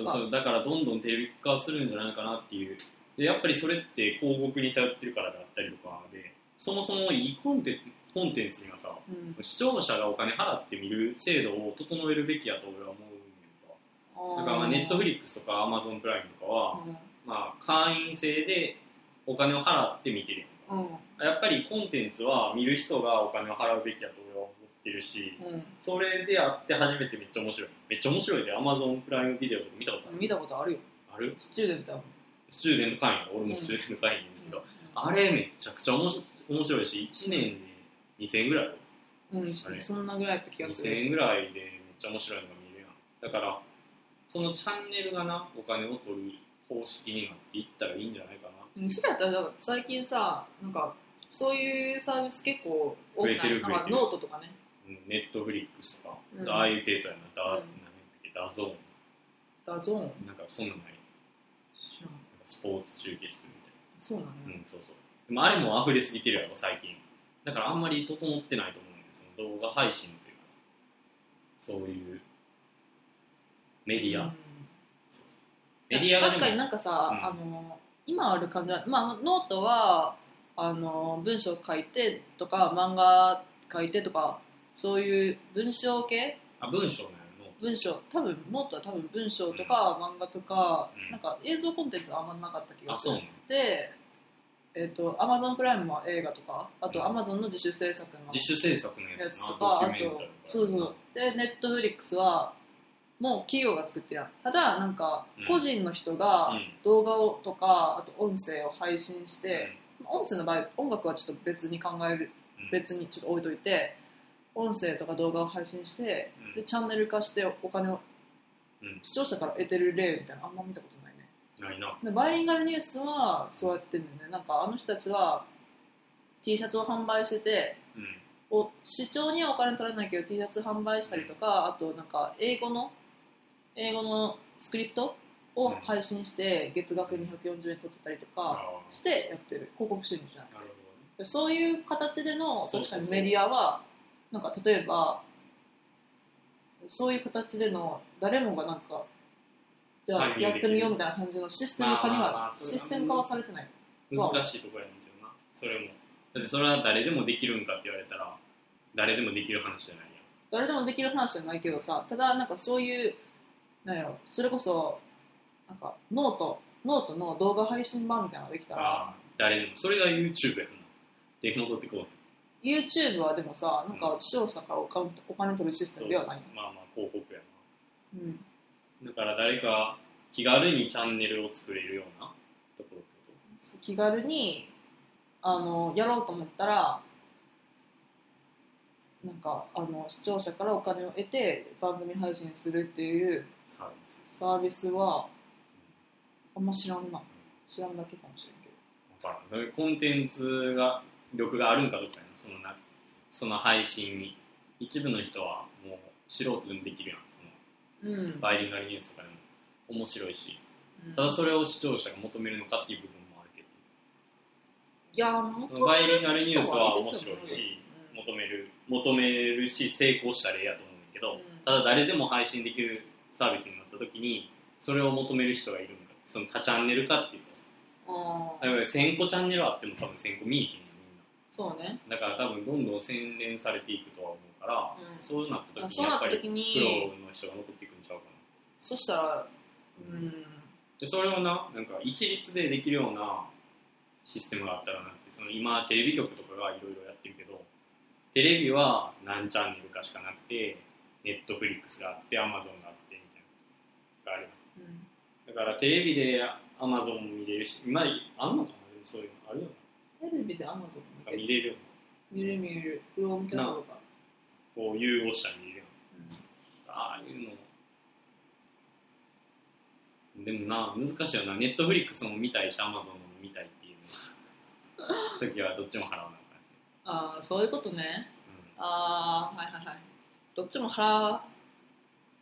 Speaker 1: うん
Speaker 2: そうそうだからどんどんテレビ化するんじゃないかなっていうでやっぱりそれって広告に頼ってるからだったりとかでそもそもいいコンテンコンテンツにはさ
Speaker 1: うん
Speaker 2: 視聴者がお金払って見る制度を整えるべきやと俺は思うんだだからまあネットフ
Speaker 1: リ
Speaker 2: リックスとかアマゾンプライムとかは、
Speaker 1: うん
Speaker 2: まあ、会員制でお金を払って見てるやんか
Speaker 1: うん
Speaker 2: やっぱりコンテンツは見る人がお金を払うべきだと俺は思ってるし、
Speaker 1: う
Speaker 2: それでやって初めてめっちゃ面白いめっちゃ面白いで Amazon プライムビデオとか見たことあ
Speaker 1: ん
Speaker 2: る
Speaker 1: 見たことあるよ
Speaker 2: ある
Speaker 1: スチューデントだもん
Speaker 2: スチューデント会員や俺もスチューデント会員やねんけど、あれめちゃくちゃ面白面白いし1年で2000円ぐらい
Speaker 1: うん、うん
Speaker 2: あれ
Speaker 1: そんなぐらいだった気がす
Speaker 2: 2000
Speaker 1: る
Speaker 2: 円ぐらいでめっちゃ面白いのが見れるやんだからそのチャンネルがなお金を取る方式になっていったらいいんじゃないかな
Speaker 1: うんそれやったらなんか最近さなんかそういうサービス結構多くな
Speaker 2: 増えて
Speaker 1: い
Speaker 2: る
Speaker 1: なんか
Speaker 2: 増えて
Speaker 1: ノ
Speaker 2: る
Speaker 1: ートとかね
Speaker 2: ネットフリックスとか、
Speaker 1: うん
Speaker 2: ああいう系統やな、ダ,、
Speaker 1: うん
Speaker 2: ダゾ
Speaker 1: ダゾーン
Speaker 2: ーン、なんかそんなんない、
Speaker 1: 知らん
Speaker 2: なんかスポーツ中継室み
Speaker 1: そうな
Speaker 2: たい
Speaker 1: の
Speaker 2: な、
Speaker 1: よ
Speaker 2: うん、そうそう。でもあれも溢れすぎてるやろ、最近。だからあんまり整ってないと思うんですよ、動画配信というか、そういうメディア。
Speaker 1: うん
Speaker 2: メディアがで
Speaker 1: 確
Speaker 2: も
Speaker 1: かになんかさ、
Speaker 2: うん
Speaker 1: あの今ある感じは、まあ、ノートはあの文章書いてとか漫画書いてとかそういう文章系
Speaker 2: あ文章なの
Speaker 1: 文章多分ノートは多分文章とか漫画とか、
Speaker 2: うん
Speaker 1: なんか映像コンテンツはあんまなかった気が
Speaker 2: あ、
Speaker 1: す
Speaker 2: そう
Speaker 1: る
Speaker 2: なの
Speaker 1: でえっ、とアマゾンプライムは映画とかあと
Speaker 2: うん
Speaker 1: アマゾンの自主制作の
Speaker 2: 自主制作のや
Speaker 1: や
Speaker 2: つ
Speaker 1: つ
Speaker 2: な、
Speaker 1: と
Speaker 2: ド
Speaker 1: か
Speaker 2: キ
Speaker 1: あ
Speaker 2: ュメンタリー
Speaker 1: と
Speaker 2: とか
Speaker 1: そうそうでネットフリックスはもう企業が作ってやんただなんか
Speaker 2: うん
Speaker 1: 個人の人が、
Speaker 2: うん
Speaker 1: 動画をとかあと音声を配信して、音声の場合音楽はちょっと別に考える
Speaker 2: うん
Speaker 1: 別にちょっと置いといて音声とか動画を配信して
Speaker 2: うん
Speaker 1: でチャンネル化してお金を、
Speaker 2: うん
Speaker 1: 視聴者から得てる例みたいなのあんま見たことないね
Speaker 2: ないな。
Speaker 1: でバイリンガルニュースはそうやってんだよねなんかあの人たちは T シャツを販売してて
Speaker 2: うん
Speaker 1: お市長にはお金取らないけど T シャツ販売したりとかあとなんか英語の英語のスクリプトを配信して月額240円取ってたりと
Speaker 2: あ
Speaker 1: か
Speaker 2: ー
Speaker 1: してやってる広告収入じゃな
Speaker 2: なるほどね
Speaker 1: いそういう形での
Speaker 2: そう
Speaker 1: 確
Speaker 2: そ
Speaker 1: か
Speaker 2: うそう
Speaker 1: にメディアはなんか例えばそういう形での誰もがなんかじゃあやってみようみたいな感じのシステム化に
Speaker 2: まあまあま
Speaker 1: は
Speaker 2: あそれは
Speaker 1: システム化はされてない
Speaker 2: 難しいところやねんけどなそれもだってそれは誰でもできるんかって言われたら誰でもできる話じゃないや
Speaker 1: 誰でもできる話じゃないけどさただなんかそういうなんやろそれこそなんかノートノートの動画配信版みたいなのができた
Speaker 2: ん
Speaker 1: ら
Speaker 2: ああ誰でもそれが YouTube やもんなで戻ってこう
Speaker 1: YouTube はでもさなんか
Speaker 2: うん
Speaker 1: 視聴者からお金お金取るシステムではない
Speaker 2: まあまあ広告や
Speaker 1: のうん
Speaker 2: なだから誰か気軽にチャンネルを作れるようなところってこ
Speaker 1: 気軽にあのやろうと思ったらなんかあの視聴者からお金を得て番組配信するっていう
Speaker 2: とサービス
Speaker 1: サービスはあんま知らんな知らんだけかもしれんけど
Speaker 2: 分からんそういうコンテンツが力があるんかどうかやなそのなその配信に一部の人はもう素人でもできるやんその
Speaker 1: うん
Speaker 2: バイリンガルニュースとかでも面白いし
Speaker 1: うん
Speaker 2: ただそれを視聴者が求めるのかっていう部分もあるけど
Speaker 1: いや、も
Speaker 2: そのバイリンガルニュースは面白いし求める求めるし成功したらええやと思うんだけどただ誰でも配信できるサービスになった時にそれを求める人がいるのかその他チャンネル化っていうかさ
Speaker 1: うん、
Speaker 2: やっぱり1000個チャンネルあっても多分1000個見えへんやん
Speaker 1: そうね、
Speaker 2: みんなだから多分どんどん洗練されていくとは思うから、
Speaker 1: うん
Speaker 2: そうなった
Speaker 1: まあ
Speaker 2: 時
Speaker 1: そう
Speaker 2: に
Speaker 1: な
Speaker 2: や
Speaker 1: っ
Speaker 2: ったぱり
Speaker 1: 時
Speaker 2: プ
Speaker 1: に
Speaker 2: ロの人が残っていくんちゃうかな
Speaker 1: そしたらうん
Speaker 2: でそれをななんか一律でできるようなシステムがあったらなってその今テレビ局とかがいろいろやってるけどテレビは何チャンネルかしかなくてネットフリックスがあってアマゾンがあってみたいなのがある
Speaker 1: うん
Speaker 2: だからテレビでアマゾンも見れるし今あんのかなでもそういうのあるよ
Speaker 1: テレビで Amazon 見
Speaker 2: ななんか
Speaker 1: て
Speaker 2: 見れるよ
Speaker 1: 見る見る Chrome キャストとか、
Speaker 2: こう融合したら見れるよ
Speaker 1: うん
Speaker 2: ああいうのでもな難しいよなネットフリックスも見たいしアマゾンも見たいっていう時はどっちも払わなあかんし
Speaker 1: ああそういうことね
Speaker 2: う
Speaker 1: ああはいはいはいどっちも払う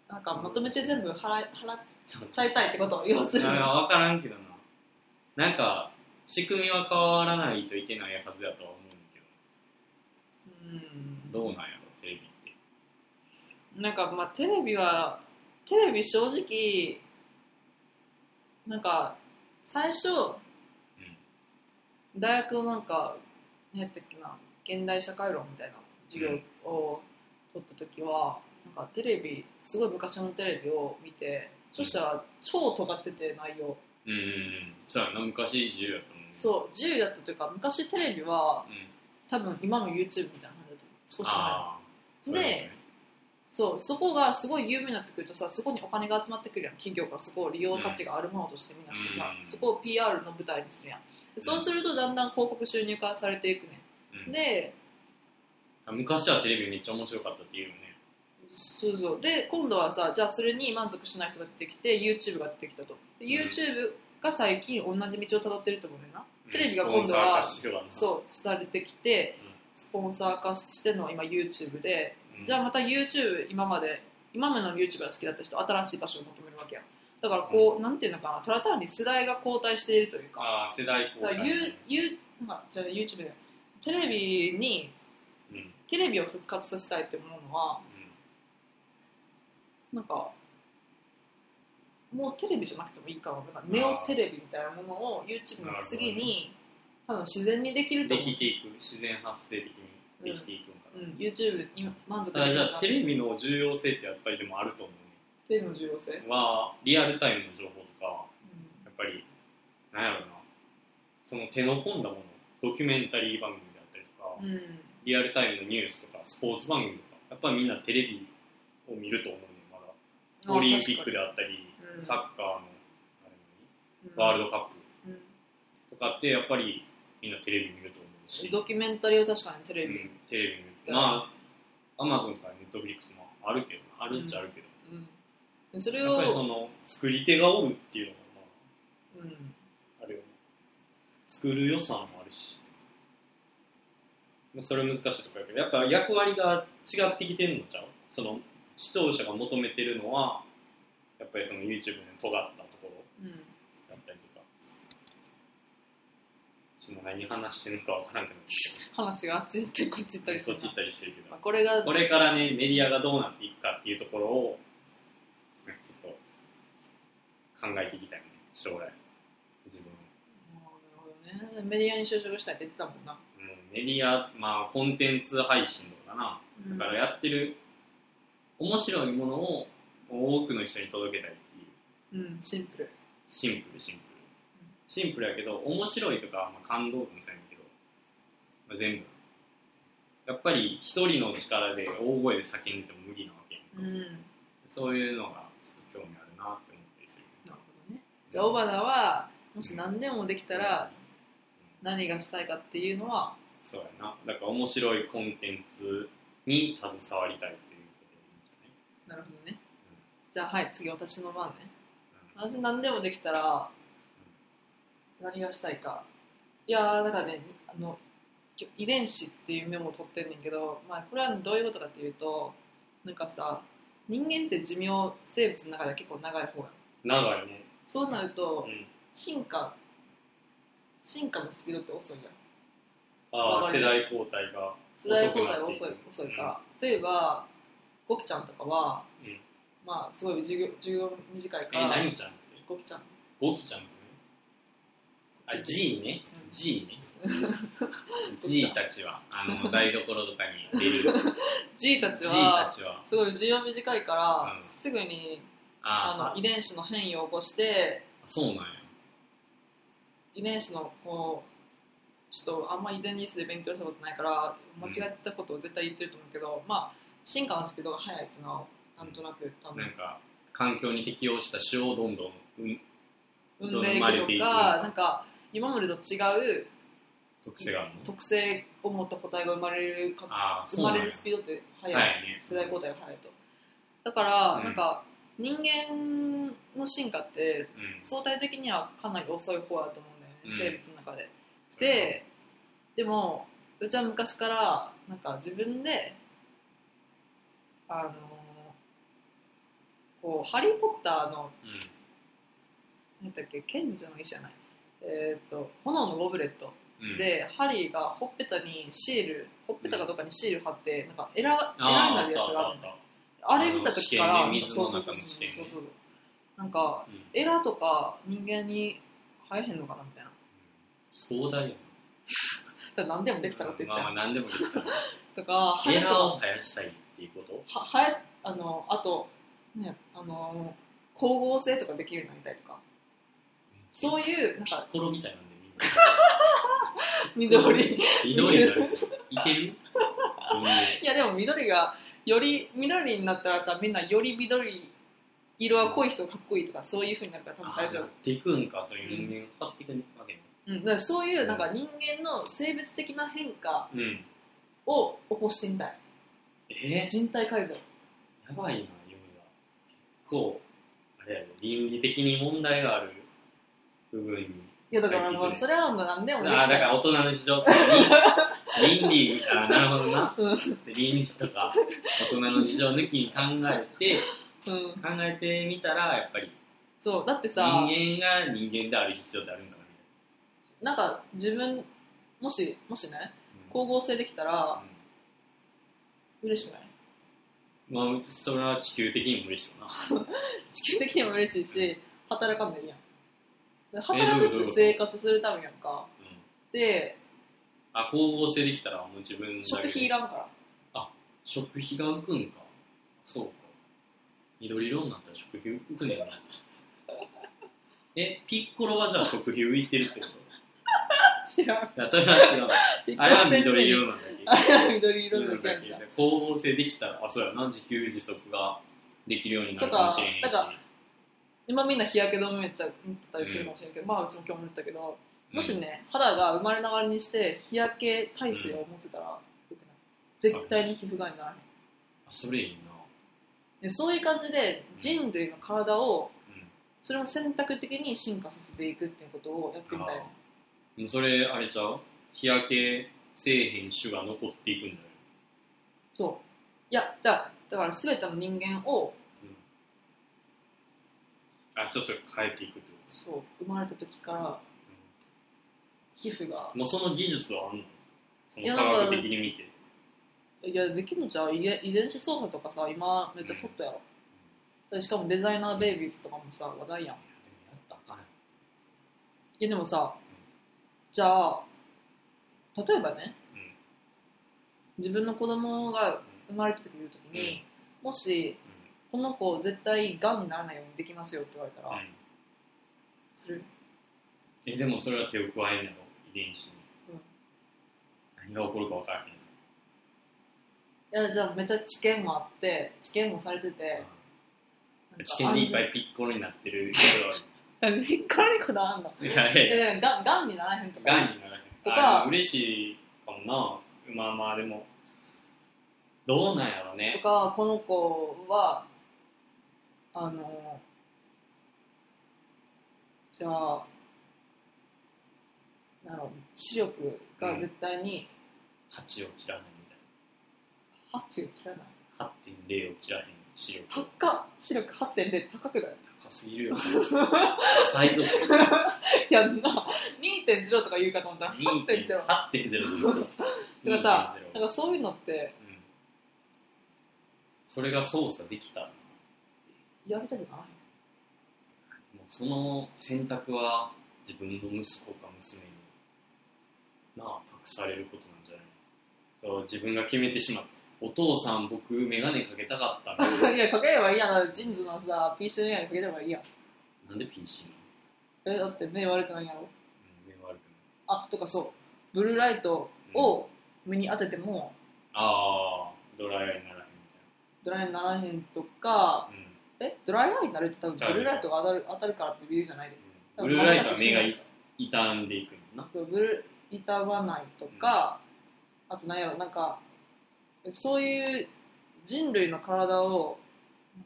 Speaker 1: なんかまとめて全部払い払っ
Speaker 2: ん
Speaker 1: ちゃいたいってことを要する
Speaker 2: なん
Speaker 1: に
Speaker 2: か分からんけどななんか仕組みは変わらないといけないはずやとは思うんだけ
Speaker 1: うん
Speaker 2: どどうなんやろテレビって
Speaker 1: なんかまあテレビはテレビ正直なんか最初、大学のなんか何やったっけな現代社会論みたいな授業を取った時は、なんかテレビすごい昔のテレビを見てそしたら超尖ってて内容、
Speaker 2: うんうんうんそうやな昔自由やと思う
Speaker 1: そう自由だったというか昔テレビは
Speaker 2: うん
Speaker 1: 多分今の YouTube みたいな感じだと思う少し前
Speaker 2: ああ
Speaker 1: でそうそこがすごい有名になってくるとさそこにお金が集まってくるやん企業がそこを利用価値があるものとしてみんなしてさ、
Speaker 2: うん
Speaker 1: そこを PR の舞台にするやんでそうするとだんだん広告収入化されていくねんで
Speaker 2: 昔はテレビめっちゃ面白かったっていうよね
Speaker 1: そうそうで今度はさじゃあそれに満足しない人が出てきて YouTube が出てきたとで YouTube が最近同じ道をたどってると思うねんなテレビが今度は
Speaker 2: スポンサー化してるわな
Speaker 1: そう廃れてきて
Speaker 2: うん
Speaker 1: スポンサー化してるのは今 YouTube で
Speaker 2: うん
Speaker 1: じゃあまた YouTube 今まで今までの YouTube が好きだった人新しい場所を求めるわけやんだからこう、なんていうのかなただ単に世代が交代しているというか
Speaker 2: ああ世代交
Speaker 1: だから
Speaker 2: 代
Speaker 1: you, you なんかじゃあ YouTube でテレビに
Speaker 2: うんうん
Speaker 1: テレビを復活させたいって思うのはなんかもうテレビじゃなくてもいいかもなんかネオテレビみたいなものを YouTube の次に、多分自然にできると
Speaker 2: で
Speaker 1: 思う
Speaker 2: き、ていく自然発生的にできていくんか
Speaker 1: う
Speaker 2: な、
Speaker 1: ん、YouTube に満足で
Speaker 2: ただ
Speaker 1: き
Speaker 2: じ
Speaker 1: る
Speaker 2: ゃあ
Speaker 1: な
Speaker 2: テレビの重要性ってやっぱりでもあると思う
Speaker 1: テレビの重要性、
Speaker 2: ねはリアルタイムの情報とかやっぱりなんやろなその手の込んだものドキュメンタリー番組であったりとか、
Speaker 1: うん
Speaker 2: リアルタイムのニュースとかスポーツ番組とかやっぱりみんなテレビを見ると思うねまだ
Speaker 1: うん、
Speaker 2: オリンピックであったり、
Speaker 1: うん
Speaker 2: サッカーのあれワール
Speaker 1: ド、
Speaker 2: ドカッ
Speaker 1: うん
Speaker 2: プとかってやっぱりみんなテレビ見ると思うし
Speaker 1: ドキュメンタリーを確かにテレビ、
Speaker 2: うん、テレビ見るまあアマゾンとかネットフリックスもあるけどあるっちゃあるけど、
Speaker 1: うんでそれ
Speaker 2: やっ
Speaker 1: を
Speaker 2: ぱりその作り手がおるっていうのが
Speaker 1: うん
Speaker 2: まああるよね作る予算もあるしまあそれ難しいとこやけどやっぱ役割が違ってきてんのちゃうその視聴者が求めてるのはやっぱりその YouTube の尖ったところ
Speaker 1: うん
Speaker 2: だったりとかその何話してんのか分から <laughs> んけど
Speaker 1: 話があっち行ってこっち行ったりしてな
Speaker 2: そっち行ったりしてるけど
Speaker 1: まあ、これが
Speaker 2: これからね、メディアがどうなっていくかっていうところを、ねちょっと考えていきたいね、将来。自分。
Speaker 1: なるほどねメディアに就職したいって言ってたもんな、
Speaker 2: うん、メディア、まあ、コンテンツ配信とかな。
Speaker 1: うん
Speaker 2: だからやってる、面白いものを多くの人に届けたいっていう。
Speaker 1: うんシンプル
Speaker 2: シンプル、シンプル。シンプルやけど、面白いとか、まあ、感動とかもそうやねんけど、まあ、全部。やっぱり一人の力で大声で叫んでても無理なわけやんか。
Speaker 1: うんなる
Speaker 2: そういうのがちょっと興味あるなって思ったりする。
Speaker 1: ほどねじゃあ尾花はもし何でもできたら
Speaker 2: うん
Speaker 1: 何がしたいかっていうのは
Speaker 2: そうやな。だから面白いコンテンツに携わりたいっていうことでいいんじ
Speaker 1: なるほどねじゃあはい次私の番ね
Speaker 2: ゃない
Speaker 1: 私何でもできたら何がしたいかいやーだからねあのきょ遺伝子っていうメモを取ってんねんけど、まあ、これはどういうことかっていうとなんかさ人間って寿命生物の中では結構長い方やん
Speaker 2: うん長いね。
Speaker 1: そうなる
Speaker 2: う
Speaker 1: と
Speaker 2: ん。
Speaker 1: 進化進化のスピードって遅いやん
Speaker 2: あ
Speaker 1: 長
Speaker 2: あ、
Speaker 1: い
Speaker 2: 世代交代が。
Speaker 1: 世代交代が遅
Speaker 2: 遅く
Speaker 1: い
Speaker 2: なっていく
Speaker 1: 遅いから、例えばゴキちゃんとかは、
Speaker 2: うん
Speaker 1: まあすごい授業授業短いか
Speaker 2: え、
Speaker 1: ら
Speaker 2: 何ちゃんって
Speaker 1: ゴキちゃん
Speaker 2: ゴキちゃんってね。あ、G ね
Speaker 1: う。ん
Speaker 2: G
Speaker 1: <laughs>
Speaker 2: ね。G たちは、あの、台所とかに出る。G
Speaker 1: じいた
Speaker 2: た
Speaker 1: ち
Speaker 2: ち
Speaker 1: は
Speaker 2: は、
Speaker 1: すごい授業短いから、
Speaker 2: うん
Speaker 1: すぐにあ
Speaker 2: ああ
Speaker 1: の、遺伝子の変異を起こして
Speaker 2: そうなんや。
Speaker 1: 遺伝子のこうちょっとあんま遺伝子で勉強したことないから間違ったことを絶対言ってると思うけど、まあ進化のスピードが速いっていうのはなんとなく多分
Speaker 2: なんか、環境に適応した種をどんどんう
Speaker 1: 産
Speaker 2: ん
Speaker 1: んでいく
Speaker 2: どんどん生まれてい
Speaker 1: と
Speaker 2: く
Speaker 1: かなんか今までと違う
Speaker 2: 特性があるの。
Speaker 1: 特性を持った個体が生まれるか
Speaker 2: ああ、
Speaker 1: 生
Speaker 2: そう
Speaker 1: ま
Speaker 2: な
Speaker 1: れ
Speaker 2: んや
Speaker 1: るスピードって速い、
Speaker 2: はいね。
Speaker 1: 世代交代が速いとだから、
Speaker 2: うん
Speaker 1: なんか人間の進化って
Speaker 2: うん
Speaker 1: 相対的にはかなり遅い方だと思うんだよね、
Speaker 2: うん
Speaker 1: 生物の中で。ででもうちは昔からなんか自分であのーこう「ハリー・ポッター」の
Speaker 2: うん
Speaker 1: 何だっけ賢者の石じゃない、えー、と炎のゴブレット
Speaker 2: うん、
Speaker 1: で、ハリーがほっぺたにシールほっぺたかどっかにシール貼って、なんか選選ん
Speaker 2: あー
Speaker 1: だやつがあ
Speaker 2: あ
Speaker 1: る
Speaker 2: っ
Speaker 1: の
Speaker 2: たあっ
Speaker 1: あれ見た時から
Speaker 2: あの試験ね水
Speaker 1: そ
Speaker 2: の
Speaker 1: うそうそ
Speaker 2: 中の
Speaker 1: う
Speaker 2: 試験ね
Speaker 1: そうそうなんか
Speaker 2: たうん
Speaker 1: エラーとか人間に生えへんのかなみたいな
Speaker 2: 壮大やな
Speaker 1: だから何でもできたらって言っ
Speaker 2: ま
Speaker 1: た
Speaker 2: あま
Speaker 1: や
Speaker 2: あ
Speaker 1: ん
Speaker 2: 何でもで
Speaker 1: <laughs>
Speaker 2: きたら
Speaker 1: とか
Speaker 2: エ
Speaker 1: ハと
Speaker 2: ラー
Speaker 1: か
Speaker 2: を生やしたいっていうこと
Speaker 1: ははえあのあとねあの光合成とかできるようになりたいとかそう
Speaker 2: いう
Speaker 1: いうなん
Speaker 2: ピ
Speaker 1: か
Speaker 2: ッコロみたいなんで
Speaker 1: <laughs> 緑
Speaker 2: みんな <laughs> 緑になるいける
Speaker 1: いやでも緑がより緑になったらさみんなより緑色は濃い人かっこいいとかそういうふうになるから多分大丈
Speaker 2: あーなっていくんかそういう人間がかかっていくわけね
Speaker 1: 夫、うん、だからそういうなんか人間の性別的な変化
Speaker 2: うん
Speaker 1: を起こしてみたい
Speaker 2: え
Speaker 1: 人体改造
Speaker 2: ーやばいな嫁が結構あれやろ倫理的に問題がある部分に
Speaker 1: いやだからもうそれはもう何で
Speaker 2: あ
Speaker 1: も
Speaker 2: ー
Speaker 1: で
Speaker 2: だ
Speaker 1: きた
Speaker 2: から大人の事情さに倫理あーなるほどな
Speaker 1: うん
Speaker 2: 倫理とか大人の事情抜きに考えて
Speaker 1: うん、
Speaker 2: 考えてみたらやっぱり
Speaker 1: そうだってさ
Speaker 2: 人間が人間である必要ってあるんだな
Speaker 1: なんか自分もしもしね
Speaker 2: みたい
Speaker 1: 光合成できたら
Speaker 2: なうん
Speaker 1: 嬉しくない
Speaker 2: まあ、それは地球的にも嬉しいよな。
Speaker 1: 地球的にも嬉しいし働かんでいいやんで働くって生活するためやんか
Speaker 2: うん、
Speaker 1: で
Speaker 2: あ、光合成できたらもう自分だけで
Speaker 1: 食費いらんから
Speaker 2: 食費が浮くんか。そうか。緑色になったら食費浮くねん
Speaker 1: <laughs>
Speaker 2: な。え、ピッコロはじゃあ食費浮いてるってこと
Speaker 1: 知らん <laughs>
Speaker 2: いや、それは違う。あれは緑色なんだ
Speaker 1: あ
Speaker 2: け
Speaker 1: れは緑色
Speaker 2: ど。
Speaker 1: のだけやん
Speaker 2: 緑
Speaker 1: じゃ
Speaker 2: 色
Speaker 1: ん
Speaker 2: だけど光合成できたら、あ、そうやな、自給自足ができるようになるかもしれへんし。
Speaker 1: とかなん今みんな日焼け止めめっちゃ塗ってたりするかもしれんけど、まあうちも今日も塗ったけどもしね肌が生まれながらにして日焼け耐性を持ってたら、良くない絶対に皮膚がんにならへん
Speaker 2: うんあ、それいいな。
Speaker 1: でそういう感じで人類の体を
Speaker 2: うん。
Speaker 1: それを選択的に進化させていくっていうことをやってみたい
Speaker 2: あーもうそれあれちゃう日焼けせえへん種が残っていくんだよ、
Speaker 1: そういやだからだから全ての人間を
Speaker 2: うん、あちょっと変えていくってこ
Speaker 1: そう生まれた時から
Speaker 2: と、
Speaker 1: 皮膚が
Speaker 2: うんもうその技術はあんのそ
Speaker 1: いや
Speaker 2: の
Speaker 1: なんか
Speaker 2: 科学的に見て
Speaker 1: いやできるのじゃう遺伝遺伝子操作とかさ今めっちゃホットやろ、でしかもデザイナーベイビーズとかもさ話題やんい
Speaker 2: いやでもやったらあかんよ
Speaker 1: やでもさじゃあ例えばね、
Speaker 2: うん
Speaker 1: 自分の子供が生まれた時に時に、もしこの子絶対がんにならないようにできますよって言われた
Speaker 2: うん
Speaker 1: ら、
Speaker 2: うん
Speaker 1: する
Speaker 2: えでもそれは手を加えんやろ遺伝子に、
Speaker 1: うん
Speaker 2: 何が起こるか分からへん、
Speaker 1: いやじゃあめっちゃ治験もあって治験もされてて
Speaker 2: うん知見にいっぱ
Speaker 1: い
Speaker 2: いピッコロになっ
Speaker 1: <laughs>
Speaker 2: てる
Speaker 1: ピッコロにこだわんの
Speaker 2: 人がいるいやいや
Speaker 1: いやだからがんがんにならへんとか
Speaker 2: がんにならへん
Speaker 1: とか
Speaker 2: あ嬉しいかもなまあまあでもどうなんやろ
Speaker 1: と
Speaker 2: ね
Speaker 1: かこの子はあのじゃあなんやろ視力が絶対に
Speaker 2: 8を切らないみたい
Speaker 1: 8を切らない
Speaker 2: な8.0を切らへん視力
Speaker 1: 高っ視力8.0高
Speaker 2: <laughs>
Speaker 1: くない
Speaker 2: 高すぎる
Speaker 1: <laughs>
Speaker 2: よ最族
Speaker 1: いやんな2.0とか言うかと思ったら8.0
Speaker 2: 8.0
Speaker 1: だか
Speaker 2: 8.0
Speaker 1: <laughs>
Speaker 2: だ
Speaker 1: らさ
Speaker 2: う
Speaker 1: らそういうのって
Speaker 2: んそれが操作できたらも
Speaker 1: やりたくないう
Speaker 2: その選択は自分の息子か娘になあ託されることなんじゃないそう自分が決めてしまったお父さん僕眼鏡かけたかった
Speaker 1: <laughs>
Speaker 2: の
Speaker 1: いや、かければいいやな、ジンズのさ、PC のやにかければいいやん。
Speaker 2: なんで PC なの、
Speaker 1: え、だって目悪くないやろ。
Speaker 2: うん、目悪くない
Speaker 1: あ、とかそう、ブルーライトを目に当てても、
Speaker 2: ああドライアイにならへんみ
Speaker 1: ドライアイにならへんとか、
Speaker 2: たいな、
Speaker 1: え、ドライアイになるって多分ブルーライトが当たる当たるからっていう理由じゃないで。
Speaker 2: うんうん、ブルーライトは目がい傷んでいくのな
Speaker 1: そう、ブルー、傷まないとか、あとなんやろ、なんか、そういう人類の体を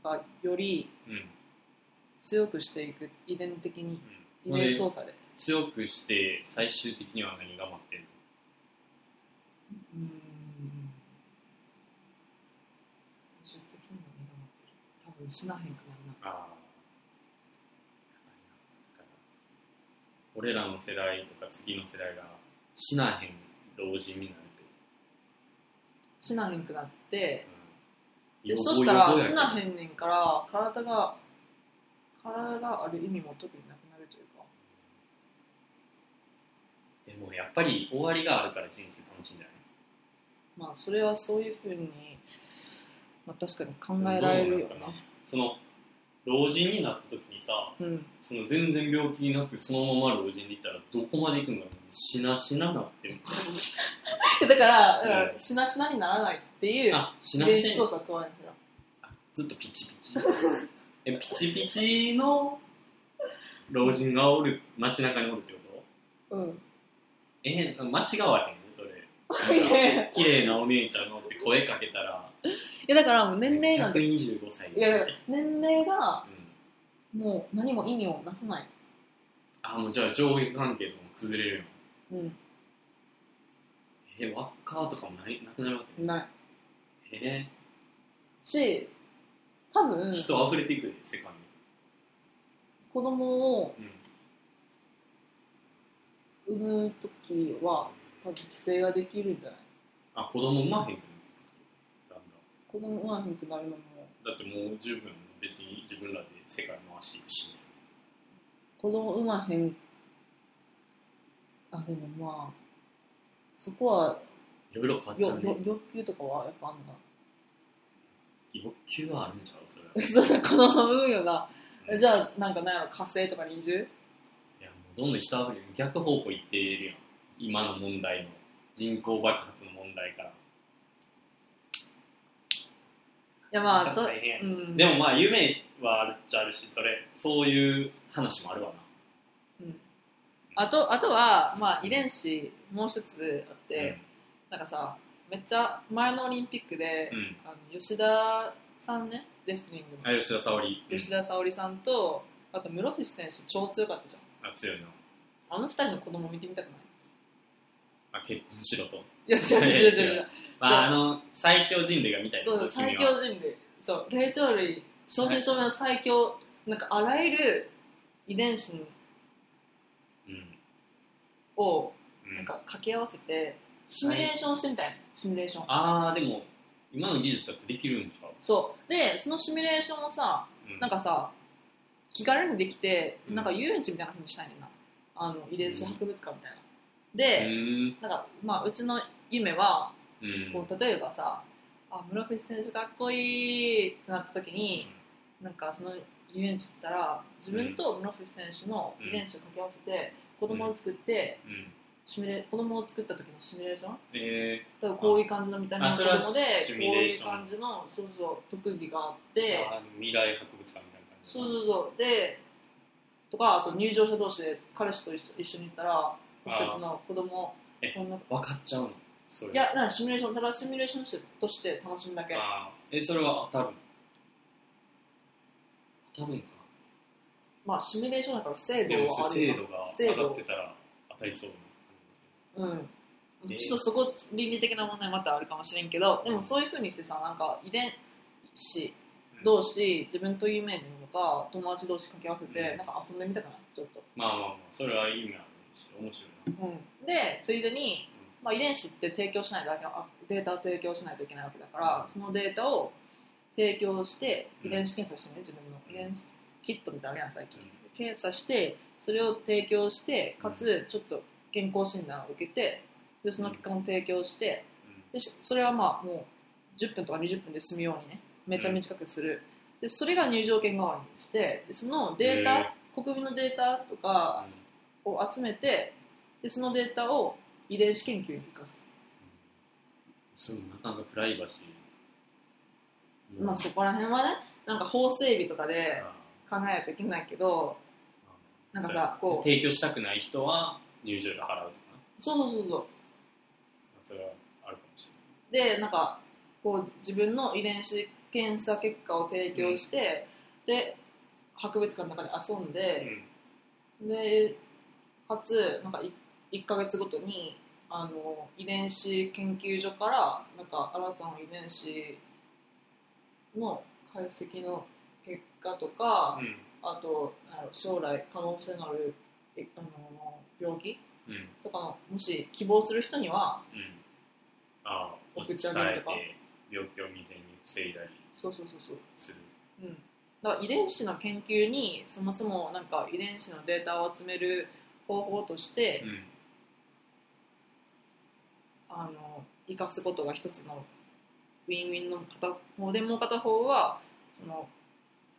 Speaker 1: なんかより
Speaker 2: うんうん
Speaker 1: 強くしていく遺伝的に遺
Speaker 2: ほんで
Speaker 1: 伝操作で、
Speaker 2: 強くして最終的には何が待ってる
Speaker 1: うん最終的には目が回ってる多分死なへんくなるな
Speaker 2: のああ俺らの世代とか次の世代が死なへん老人になるって
Speaker 1: 死なへんくなって
Speaker 2: うん
Speaker 1: でそしたら死なへ
Speaker 2: ん
Speaker 1: んねんから体が体がある意味も特になくなるというか
Speaker 2: でもやっぱり終わりがあるから人生楽しいんだよね
Speaker 1: まあそれはそういうふうに、まあ、確かに考えられるよ
Speaker 2: ど
Speaker 1: ね
Speaker 2: うなのかなその老人になった時にさ
Speaker 1: うん
Speaker 2: その全然病気なくそのまま老人でいったらどこまで行くんだろうしなしななってる
Speaker 1: <laughs> だから、だか
Speaker 2: う
Speaker 1: らしなしなにならないっていう
Speaker 2: あし
Speaker 1: 遺
Speaker 2: な
Speaker 1: 伝
Speaker 2: し
Speaker 1: 子
Speaker 2: な
Speaker 1: 操作加えるんですよ
Speaker 2: ずっとピチピチ <laughs> えピチピチの老人がおる街中におるってこと
Speaker 1: うん
Speaker 2: え間違わへんねそ
Speaker 1: <laughs>
Speaker 2: れ
Speaker 1: いやいや
Speaker 2: 綺麗なお姉ちゃんのって声かけたら
Speaker 1: いやだからもう年齢なんて
Speaker 2: 125歳
Speaker 1: いやだから年齢が
Speaker 2: うん、
Speaker 1: もう何も意味をなさない
Speaker 2: あもうじゃあ上下関係とかも崩れるの
Speaker 1: うん
Speaker 2: え輪っかとかもないなくなるわけ
Speaker 1: ない
Speaker 2: え
Speaker 1: し多
Speaker 2: ー
Speaker 1: 分
Speaker 2: 人溢れていくね世界
Speaker 1: 子供を
Speaker 2: に、うん
Speaker 1: 産む時は多分規制ができるんじゃない
Speaker 2: あ子供産まへんくなるだん
Speaker 1: 子供産まへんくなるのも
Speaker 2: だんだってもう十分別に自分らで世界回していくし
Speaker 1: 子供産まへんあでもまあそこはい
Speaker 2: ろいろ変わっちゃ
Speaker 1: よ
Speaker 2: う
Speaker 1: よ
Speaker 2: ね
Speaker 1: 欲求とかはやっぱあんのか
Speaker 2: 欲求はあるんちゃうそれは
Speaker 1: な <laughs> そうそう子供産むよな
Speaker 2: うん
Speaker 1: じゃあなんかなんやろ火星とかに移住
Speaker 2: いやもうどんどん人あふれる逆方向行ってるやん今の問題の人口爆発の問題から
Speaker 1: いやまあと、
Speaker 2: 大変やね
Speaker 1: うん、
Speaker 2: でもまあ夢はあるっちゃあるしそれそういう話もあるわな
Speaker 1: あとあとは、まあ、遺伝子もう一つあって、なんかさめっちゃ前のオリンピックで、
Speaker 2: うん、うん、
Speaker 1: あの吉田さんねレスリングの、
Speaker 2: あ吉田沙保里
Speaker 1: 吉田沙保里さんとあと室伏選手超強かったじゃ
Speaker 2: うんあ強いなん
Speaker 1: あの二人の子供見てみたくない
Speaker 2: あ結婚しろと
Speaker 1: いや違う違う違う違う
Speaker 2: ま
Speaker 1: じゃ
Speaker 2: あ
Speaker 1: あ
Speaker 2: あの最強人類が見たいってこ
Speaker 1: そ
Speaker 2: と
Speaker 1: う最
Speaker 2: 君は
Speaker 1: 強人類そう霊長類正真正銘の最強、なんかあらゆる遺伝子
Speaker 2: うん
Speaker 1: を
Speaker 2: うん
Speaker 1: なんか掛け合わせてシミュレーションしてみたいシミュレーション
Speaker 2: ああでも今の技術だってできるんちゃう、
Speaker 1: そうでそのシミュレーションをさ
Speaker 2: うん、
Speaker 1: なんかさ気軽にできて
Speaker 2: うん
Speaker 1: なんか遊園地みたいな風にしたいねんなあの遺伝子博物館みたいな、
Speaker 2: う
Speaker 1: で、
Speaker 2: ーん
Speaker 1: なんかまあうちの夢は
Speaker 2: うん
Speaker 1: こう例えばさ「あ室伏選手かっこいい!」ってなった時になんかその遊園地行ったら自分と室伏選手の遺伝子を掛け合わせて子供を作って
Speaker 2: うんうん
Speaker 1: シミュレ子供を作った時のシミュレーション
Speaker 2: え
Speaker 1: 例えばこういう感じの見た目の
Speaker 2: あ
Speaker 1: 子
Speaker 2: それは
Speaker 1: 供で
Speaker 2: シ
Speaker 1: こう
Speaker 2: ミュレー
Speaker 1: いう
Speaker 2: ション
Speaker 1: 感じのそうそう特技があっ
Speaker 2: ー
Speaker 1: て。
Speaker 2: あー未来博物館みたいな感じ
Speaker 1: そうそうそうでとかあと入場者同士で彼氏と一緒一緒に行ったら僕たちの子供
Speaker 2: え
Speaker 1: こんな
Speaker 2: 分かっちゃうのそれ
Speaker 1: いやなんかシミュレーションただシミュレーションしてとして楽しむだけ
Speaker 2: あーえそれは当たる当たるんか
Speaker 1: まあシミュレーションだから
Speaker 2: な
Speaker 1: 精
Speaker 2: で
Speaker 1: 度
Speaker 2: も
Speaker 1: はある
Speaker 2: 精
Speaker 1: よ
Speaker 2: 度が
Speaker 1: 精
Speaker 2: 上
Speaker 1: 度
Speaker 2: がってたら当たりそうな
Speaker 1: うん
Speaker 2: えー
Speaker 1: ちょっとそこ倫理的な問題またあるかもしれんけどでもそういうふうにしてさなんか遺伝子
Speaker 2: うん
Speaker 1: 同士自分と有名人とか友達同士掛け合わせて、
Speaker 2: うん
Speaker 1: なんか遊んでみたくないちょっと
Speaker 2: まあまあまあそれは意味あるし面白いな
Speaker 1: うん、でついでに、まあ、遺伝子って提供しないだけあデータを提供しないといけないわけだからそのデータを提供して
Speaker 2: うん
Speaker 1: 遺伝子検査してね自分の遺伝子キットみたいなのあるやん最近
Speaker 2: うん
Speaker 1: 検査してそれを提供してか
Speaker 2: う
Speaker 1: つちょっと健康診断を受けてでその結果も提供して
Speaker 2: うん
Speaker 1: でしそれはまあもう10分とか20分で済むようにねめちゃ短くする、でそれが入場券代わりにしてでそのデー
Speaker 2: へ
Speaker 1: タ国民のデータとか
Speaker 2: うん
Speaker 1: を集めてでそのデータを遺伝子研究に生かす、
Speaker 2: それもなかなかプライバシー
Speaker 1: まあそこら辺はねなんか法整備とかで
Speaker 2: あ
Speaker 1: 考えないといけないけど
Speaker 2: ー
Speaker 1: なんかさ
Speaker 2: そうや
Speaker 1: こう
Speaker 2: 提供したくない人は入場料払うとかな
Speaker 1: そうそうそうそ
Speaker 2: それはあるかもし
Speaker 1: うでなんかこう自分の遺伝子検査結果を提供して、で博物館の中で遊ん
Speaker 2: うん
Speaker 1: で、でかつなんかい1ヶ月ごとにあの遺伝子研究所からなんか新たな遺伝子の解析の結果とか、
Speaker 2: うん
Speaker 1: あとなんやろ将来可能性のあるえあの病気
Speaker 2: うんうん
Speaker 1: とかのもし希望する人には
Speaker 2: ああ
Speaker 1: 送
Speaker 2: 伝
Speaker 1: っ
Speaker 2: え
Speaker 1: ちゃ
Speaker 2: て
Speaker 1: うのとか
Speaker 2: 病気を未然に防いだり
Speaker 1: そうそうそうそう
Speaker 2: する
Speaker 1: うん、だから遺伝子の研究にそもそもなんか遺伝子のデータを集める方法として、
Speaker 2: うん
Speaker 1: あの生かすことが一つのウィンウィンの片方でもう片方はその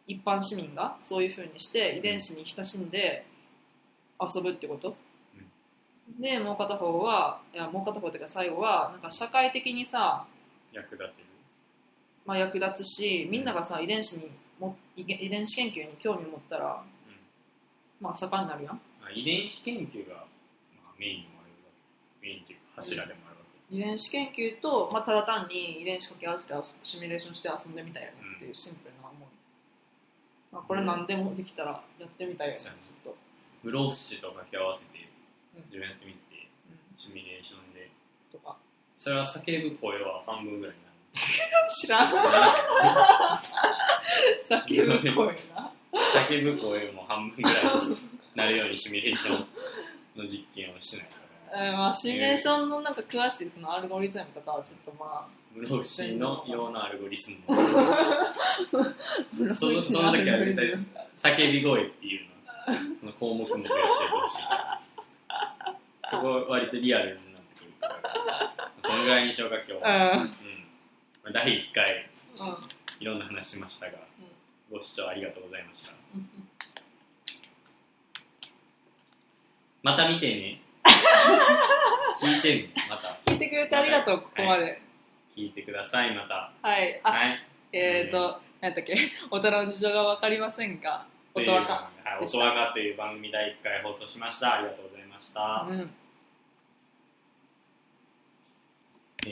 Speaker 1: 一般市民がそういうふうにして遺伝子に親しんで遊ぶってこと、でもう片方はいやもう片方っていうか最後はなんか社会的にさ、
Speaker 2: 役立てる
Speaker 1: まあ、役立つしみんながさ遺伝子にも遺遺伝子研究に興味持ったら、まあ、盛んになるやん
Speaker 2: あ遺伝子研究が、まあ、メインでもあるわけメインっていうか柱でもあるわ
Speaker 1: 遺伝子研究と、まあ、ただ単に遺伝子掛け合わせて遊シミュレーションして遊んでみたいよねっていうシンプルな思い、まあ、これ何でもできたらやってみたいよねちょっと、
Speaker 2: け、不老不死と掛け合わせて
Speaker 1: うん
Speaker 2: 自分やってみて
Speaker 1: うん、
Speaker 2: シミュレーションで
Speaker 1: とか
Speaker 2: それは叫ぶ声は半分ぐらいに
Speaker 1: <laughs>
Speaker 2: なる
Speaker 1: 知らん叫ぶ声な
Speaker 2: 叫ぶ声も半分ぐらいになるようにシミュレーションの実験をしないから
Speaker 1: えーまあシミュレーションのなんか詳しいそのアルゴリズムとかはちょっとまあ
Speaker 2: 無老不死のようなアルゴリズム
Speaker 1: 室
Speaker 2: その
Speaker 1: 伏
Speaker 2: そ
Speaker 1: のア
Speaker 2: の時は絶
Speaker 1: ルゴリズ
Speaker 2: 対
Speaker 1: ム
Speaker 2: 叫び声っていうのその項目も増やしてほしいそこ割とリアルになってくるからそのぐらいにしようか今日は、うん、第1回
Speaker 1: うん
Speaker 2: いろんな話しましたがご視聴ありがとうございました
Speaker 1: うん
Speaker 2: また見てね聞いてねまた
Speaker 1: 聞いてくれてありがとうここまで
Speaker 2: 聞いてくださいまた
Speaker 1: はいあ
Speaker 2: はい
Speaker 1: えっと何だっけ <laughs> 大人の事情が分かりませんか
Speaker 2: とい
Speaker 1: 音
Speaker 2: う
Speaker 1: 若
Speaker 2: はい音若という番組第1回放送しましたありがとうございました、
Speaker 1: うん